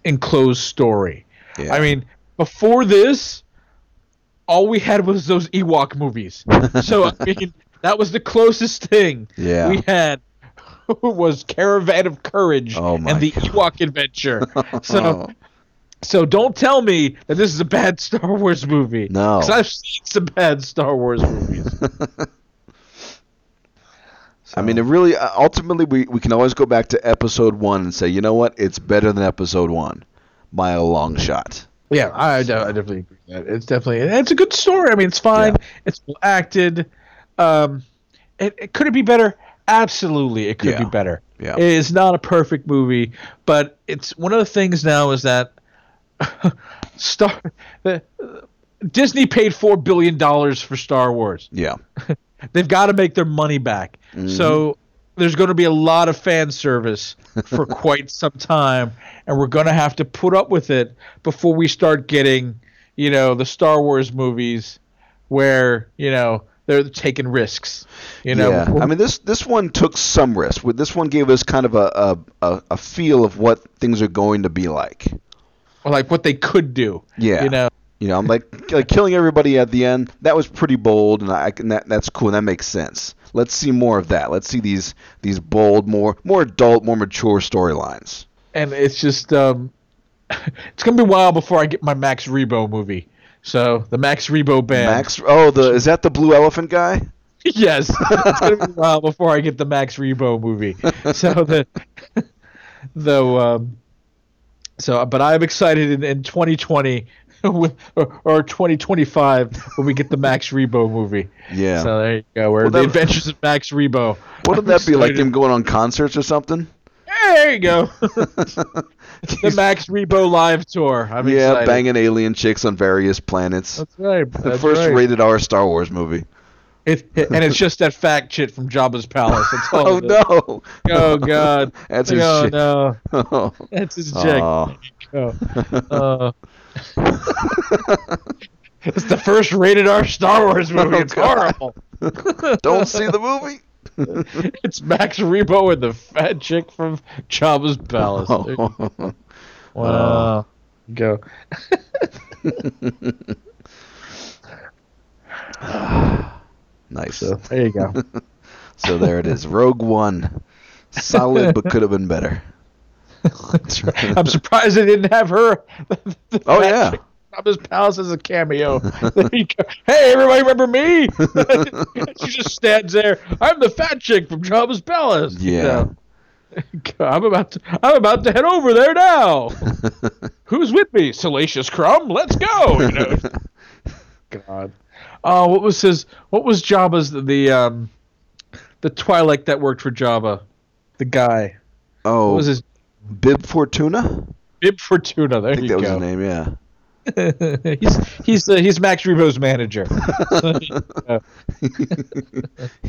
S11: enclosed story.
S2: Yeah.
S11: I mean, before this, all we had was those Ewok movies. so, I mean, that was the closest thing
S2: Yeah.
S11: we had was Caravan of Courage
S2: Oh my
S11: and the
S2: God. Oh.
S11: Ewok Adventure.
S2: Uh,
S11: So, so don't tell me that this is a bad Star Wars movie.
S2: No.
S11: 'Cause I've seen some bad Star Wars movies.
S2: I mean, it really uh, ultimately we, we can always go back to episode one and say, you know what, it's better than episode one by a long shot.
S11: yeah, I, I definitely agree. With that. It's definitely it's a good story. I mean, it's fine.
S2: Yeah.
S11: It's well acted. Um, it, it could it be better? Absolutely, it could
S2: Yeah.
S11: be better.
S2: Yeah.
S11: It is not a perfect movie, but it's one of the things now is that Star the, Disney paid four billion dollars for Star Wars.
S2: Yeah.
S11: they've got to make their money back.
S2: Mm-hmm.
S11: So there's going to be a lot of fan service for quite some time, and we're going to have to put up with it before we start getting, you know, the Star Wars movies where you know they're taking risks. You know,
S2: yeah. I mean, this this one took some risk. With This one gave us kind of a, a, a, a feel of what things are going to be like.
S11: like what they could do.
S2: Yeah.
S11: you know.
S2: You know, I'm like, like killing everybody at the end. That was pretty bold, and I can, that that's cool. And that makes sense. Let's see more of that. Let's see these these bold, more more adult, more mature storylines.
S11: and it's just um, it's gonna be a while before I get my Max Rebo movie. So the Max Rebo band.
S2: Max, oh, the is that the blue elephant guy?
S11: yes, it's gonna be a while before I get the Max Rebo movie. So the though um, so but I'm excited in, in 2020 with, or, or 2025 when we get the Max Rebo movie.
S2: Yeah.
S11: So there you go. Where
S2: Well,
S11: the
S2: that-
S11: Adventures of Max Rebo.
S2: Wouldn't that be like
S11: Excited.
S2: them going on concerts or something?
S11: there you go. the Max Rebo live tour. I'm
S2: yeah,
S11: excited.
S2: banging alien chicks on various planets.
S11: That's right.
S2: the
S11: that's
S2: first
S11: right.
S2: rated R Star Wars movie.
S11: It, and it's just that fat shit from Jabba's palace. That's all
S2: Oh
S11: it is.
S2: no!
S11: Oh god.
S2: That's
S11: Like,
S2: his
S11: oh,
S2: shit.
S11: no.
S2: Oh.
S11: That's his
S2: Aw.
S11: chick. Oh. Uh, it's the first rated R Star Wars movie.
S2: Oh,
S11: it's
S2: God.
S11: horrible.
S2: Don't see the movie.
S11: It's Max Rebo and the fat chick from Jabba's palace.
S2: Oh.
S11: Wow. Go.
S2: nice.
S11: So there you go.
S2: So there it is. Rogue One. Solid, but could have been better.
S11: That's right. I'm surprised they didn't have her. the
S2: Oh
S11: fat
S2: yeah.
S11: chick from Jabba's palace as a cameo. There you go. Hey, everybody, remember me? she just stands there. I'm the fat chick from Jabba's palace. You
S2: Yeah.
S11: know. I'm about to. I'm about to head over there now. Who's with me, Salacious Crumb? Let's go. You know. God. Uh, what was his? What was Jabba's the, the um, the Twilight that worked for Jabba, the guy?
S2: Oh,
S11: What was his
S2: Bib Fortuna?
S11: Bib Fortuna? There
S2: I think
S11: you
S2: that was
S11: go.
S2: his name. Yeah.
S11: he's he's uh, he's Max Rebo's manager.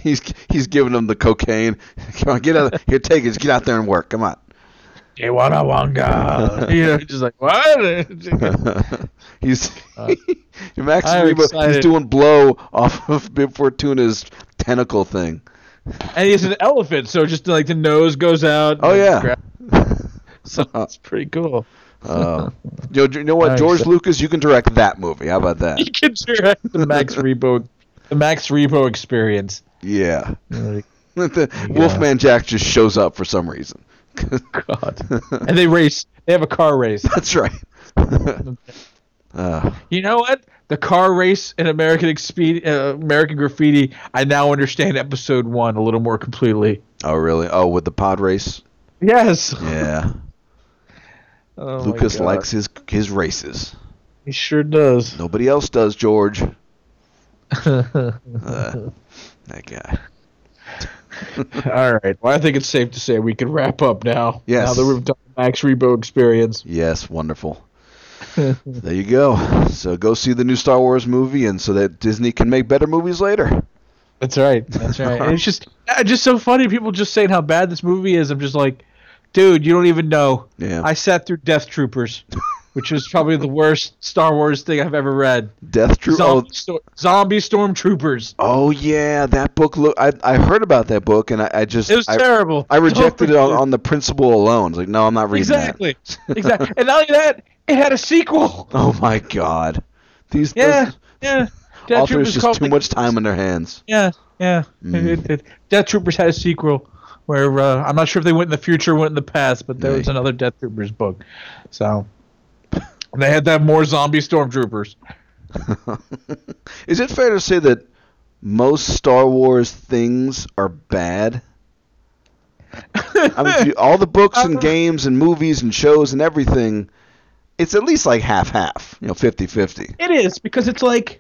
S2: He's he's giving him the cocaine. Come on, get out. Here, take it. Just get out there and work. Come on.
S11: Iwana Wanga. you know, just like what?
S2: he's Max
S11: I'm
S2: Rebo. He's
S11: Uh, excited.
S2: doing blow off of Bib Fortuna's tentacle thing.
S11: and he's an elephant, so just like the nose goes out.
S2: Oh
S11: and
S2: yeah.
S11: grab- so it's pretty cool.
S2: Uh, yo, you know what,
S11: I'm
S2: George
S11: excited.
S2: Lucas? You can direct that movie. How about that?
S11: You can direct the Max Rebo, the Max Rebo experience.
S2: Yeah.
S11: Like,
S2: The Wolfman Jack just shows up for some reason.
S11: God. and they race. They have a car race.
S2: That's right. uh,
S11: You know what? The car race in American Expe- uh, American Graffiti. I now understand episode one a little more completely.
S2: oh really? Oh, with the pod race?
S11: Yes.
S2: Yeah.
S11: Oh my
S2: Lucas
S11: God.
S2: likes his his races.
S11: He sure does.
S2: Nobody else does, George. Uh, that guy.
S11: All right. Well, I think it's safe to say we can wrap up now.
S2: Yes.
S11: Now that we've done the Max Rebo experience.
S2: Yes, wonderful. there you go. So go see the new Star Wars movie, and so that Disney can make better movies later.
S11: That's right. That's right. And it's just uh, just so funny. People just saying how bad this movie is. I'm just like, dude, you don't even know.
S2: Yeah.
S11: I sat through Death Troopers, which was probably the worst Star Wars thing I've ever read.
S2: Death Troop. Oh,
S11: Zombie, sto- zombie stormtroopers.
S2: oh yeah, that book. Look, I I heard about that book, and I, I just
S11: It was
S2: I,
S11: terrible.
S2: I rejected it on,
S11: Don't-
S2: on the principle alone. It's like, no, I'm not reading
S11: exactly.
S2: that.
S11: exactly. And not only that, it had a sequel.
S2: Oh my god, these
S11: Yeah.
S2: those
S11: Yeah. Death
S2: authors
S11: Troopers
S2: just
S11: called
S2: too
S11: the-
S2: much Mm. time on their hands.
S11: Yeah, yeah. It, it, it- Death Troopers had a sequel where uh, I'm not sure if they went in the future or went in the past, but there was
S2: Right.
S11: another Death Troopers book. So they had to have more zombie stormtroopers.
S2: Is it fair to say that most Star Wars things are bad? I mean, if you- all the books and
S11: Uh-huh.
S2: games and movies and shows and everything, it's at least like half half, you know, 50 50.
S11: It is because it's like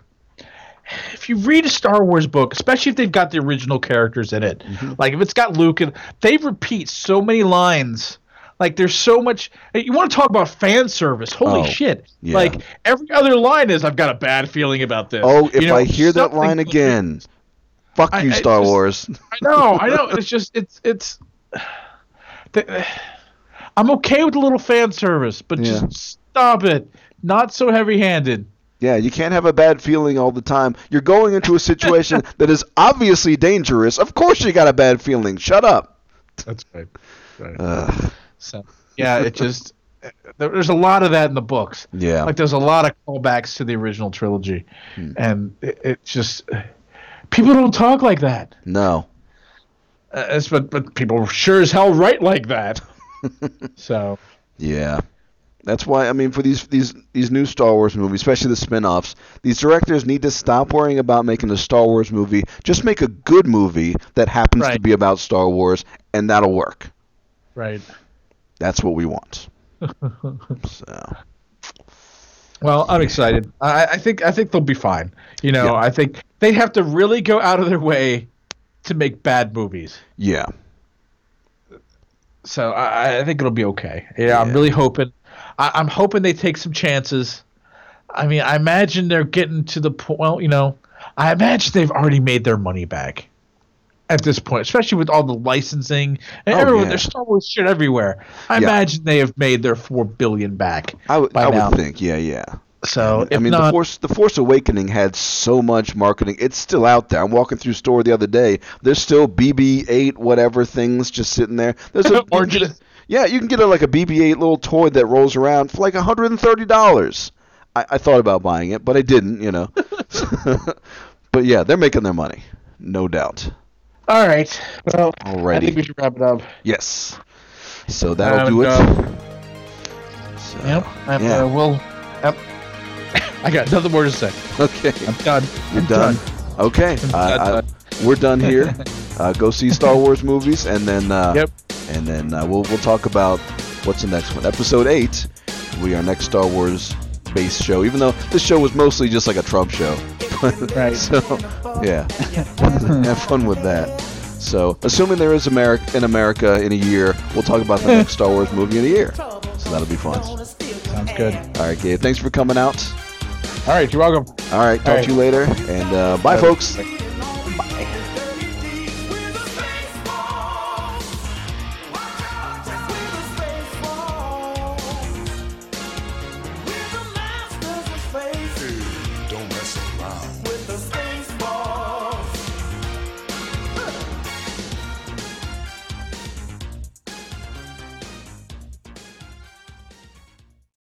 S11: if you read a Star Wars book, especially if they've got the original characters in it,
S2: Mm-hmm.
S11: like if it's got Luke and they repeat so many lines. Like there's so much you want to talk about fan service. Holy
S2: Oh,
S11: shit.
S2: yeah.
S11: Like every other line is I've got a bad feeling about this.
S2: Oh,
S11: You
S2: if
S11: know,
S2: I hear that
S11: something
S2: line
S11: like-
S2: again, fuck
S11: I-
S2: you,
S11: I
S2: Star
S11: just-
S2: Wars.
S11: I know, I know. It's just it's it's. th- I'm okay with a little fan service, but
S2: Yeah.
S11: just stop it. Not so heavy-handed.
S2: Yeah, you can't have a bad feeling all the time. You're going into a situation that is obviously dangerous. Of course you got a bad feeling. Shut up.
S11: That's right.
S2: Ugh.
S11: So yeah, it just there- there's a lot of that in the books.
S2: Yeah. Hmm.
S11: like there's a lot of callbacks to the original trilogy, and it, it just people don't talk like that.
S2: No.
S11: Uh, it's- but but people sure as hell write like that. so
S2: Yeah. That's why I mean for these these these new Star Wars movies, especially the spin-offs, these directors need to stop worrying about making a Star Wars movie. Just make a good movie that happens to
S11: Right.
S2: be about Star Wars and that'll work.
S11: right.
S2: That's what we want. so,
S11: Well, I'm excited. I, I think I think they'll be fine. You know, I think they have to really go out of their way to make bad movies.
S2: yeah.
S11: so I, I think it'll be okay. Yeah, I'm really hoping. I, I'm hoping they take some chances. I mean, I imagine they're getting to the point. Well, you know, I imagine they've already made their money back at this point, especially with all the licensing and
S2: Oh,
S11: everyone.
S2: yeah.
S11: There's Star Wars shit everywhere. I
S2: Yeah.
S11: imagine they have made their four billion back
S2: I would-
S11: by
S2: I
S11: now.
S2: would think, yeah, yeah.
S11: So
S2: I
S11: if
S2: mean, the
S11: not-
S2: Force the Force Awakening had so much marketing. It's still out there. I'm walking through store the other day. There's still BB-8 whatever things just sitting there. There's a
S11: Or
S2: you can get
S11: just-
S2: a- yeah, you can get a, like a BB-8 little toy that rolls around for like 130 dollars. I, I thought about buying it, but I didn't. You know. but yeah, they're making their money, no doubt.
S11: All right. Well, I
S2: Alrighty.
S11: think we should wrap it up.
S2: Yes. So that'll
S11: Um,
S2: do it. So,
S11: Yep. I,
S2: yeah.
S11: uh, we'll, yep. I got nothing more to say.
S2: Okay.
S11: I'm done.
S2: You're
S11: I'm
S2: done. Okay,
S11: I'm
S2: I-
S11: done,
S2: I-
S11: done.
S2: we're done here. uh, go see Star Wars movies, and then uh,
S11: Yep.
S2: and then uh, we'll we'll talk about what's the next one. Episode eight will be our next Star Wars based show. Even though this show was mostly just like a Trump show,
S11: Right.
S2: so yeah, have fun with that. So, assuming there is America in America in a year, we'll talk about the next Star Wars movie in a year. So that'll be fun. All
S11: Sounds good.
S2: right, Gabe. Thanks for coming out.
S11: All right. You're welcome.
S2: All right, talk
S11: All right.
S2: to you later, and uh, bye, folks.
S11: Bye.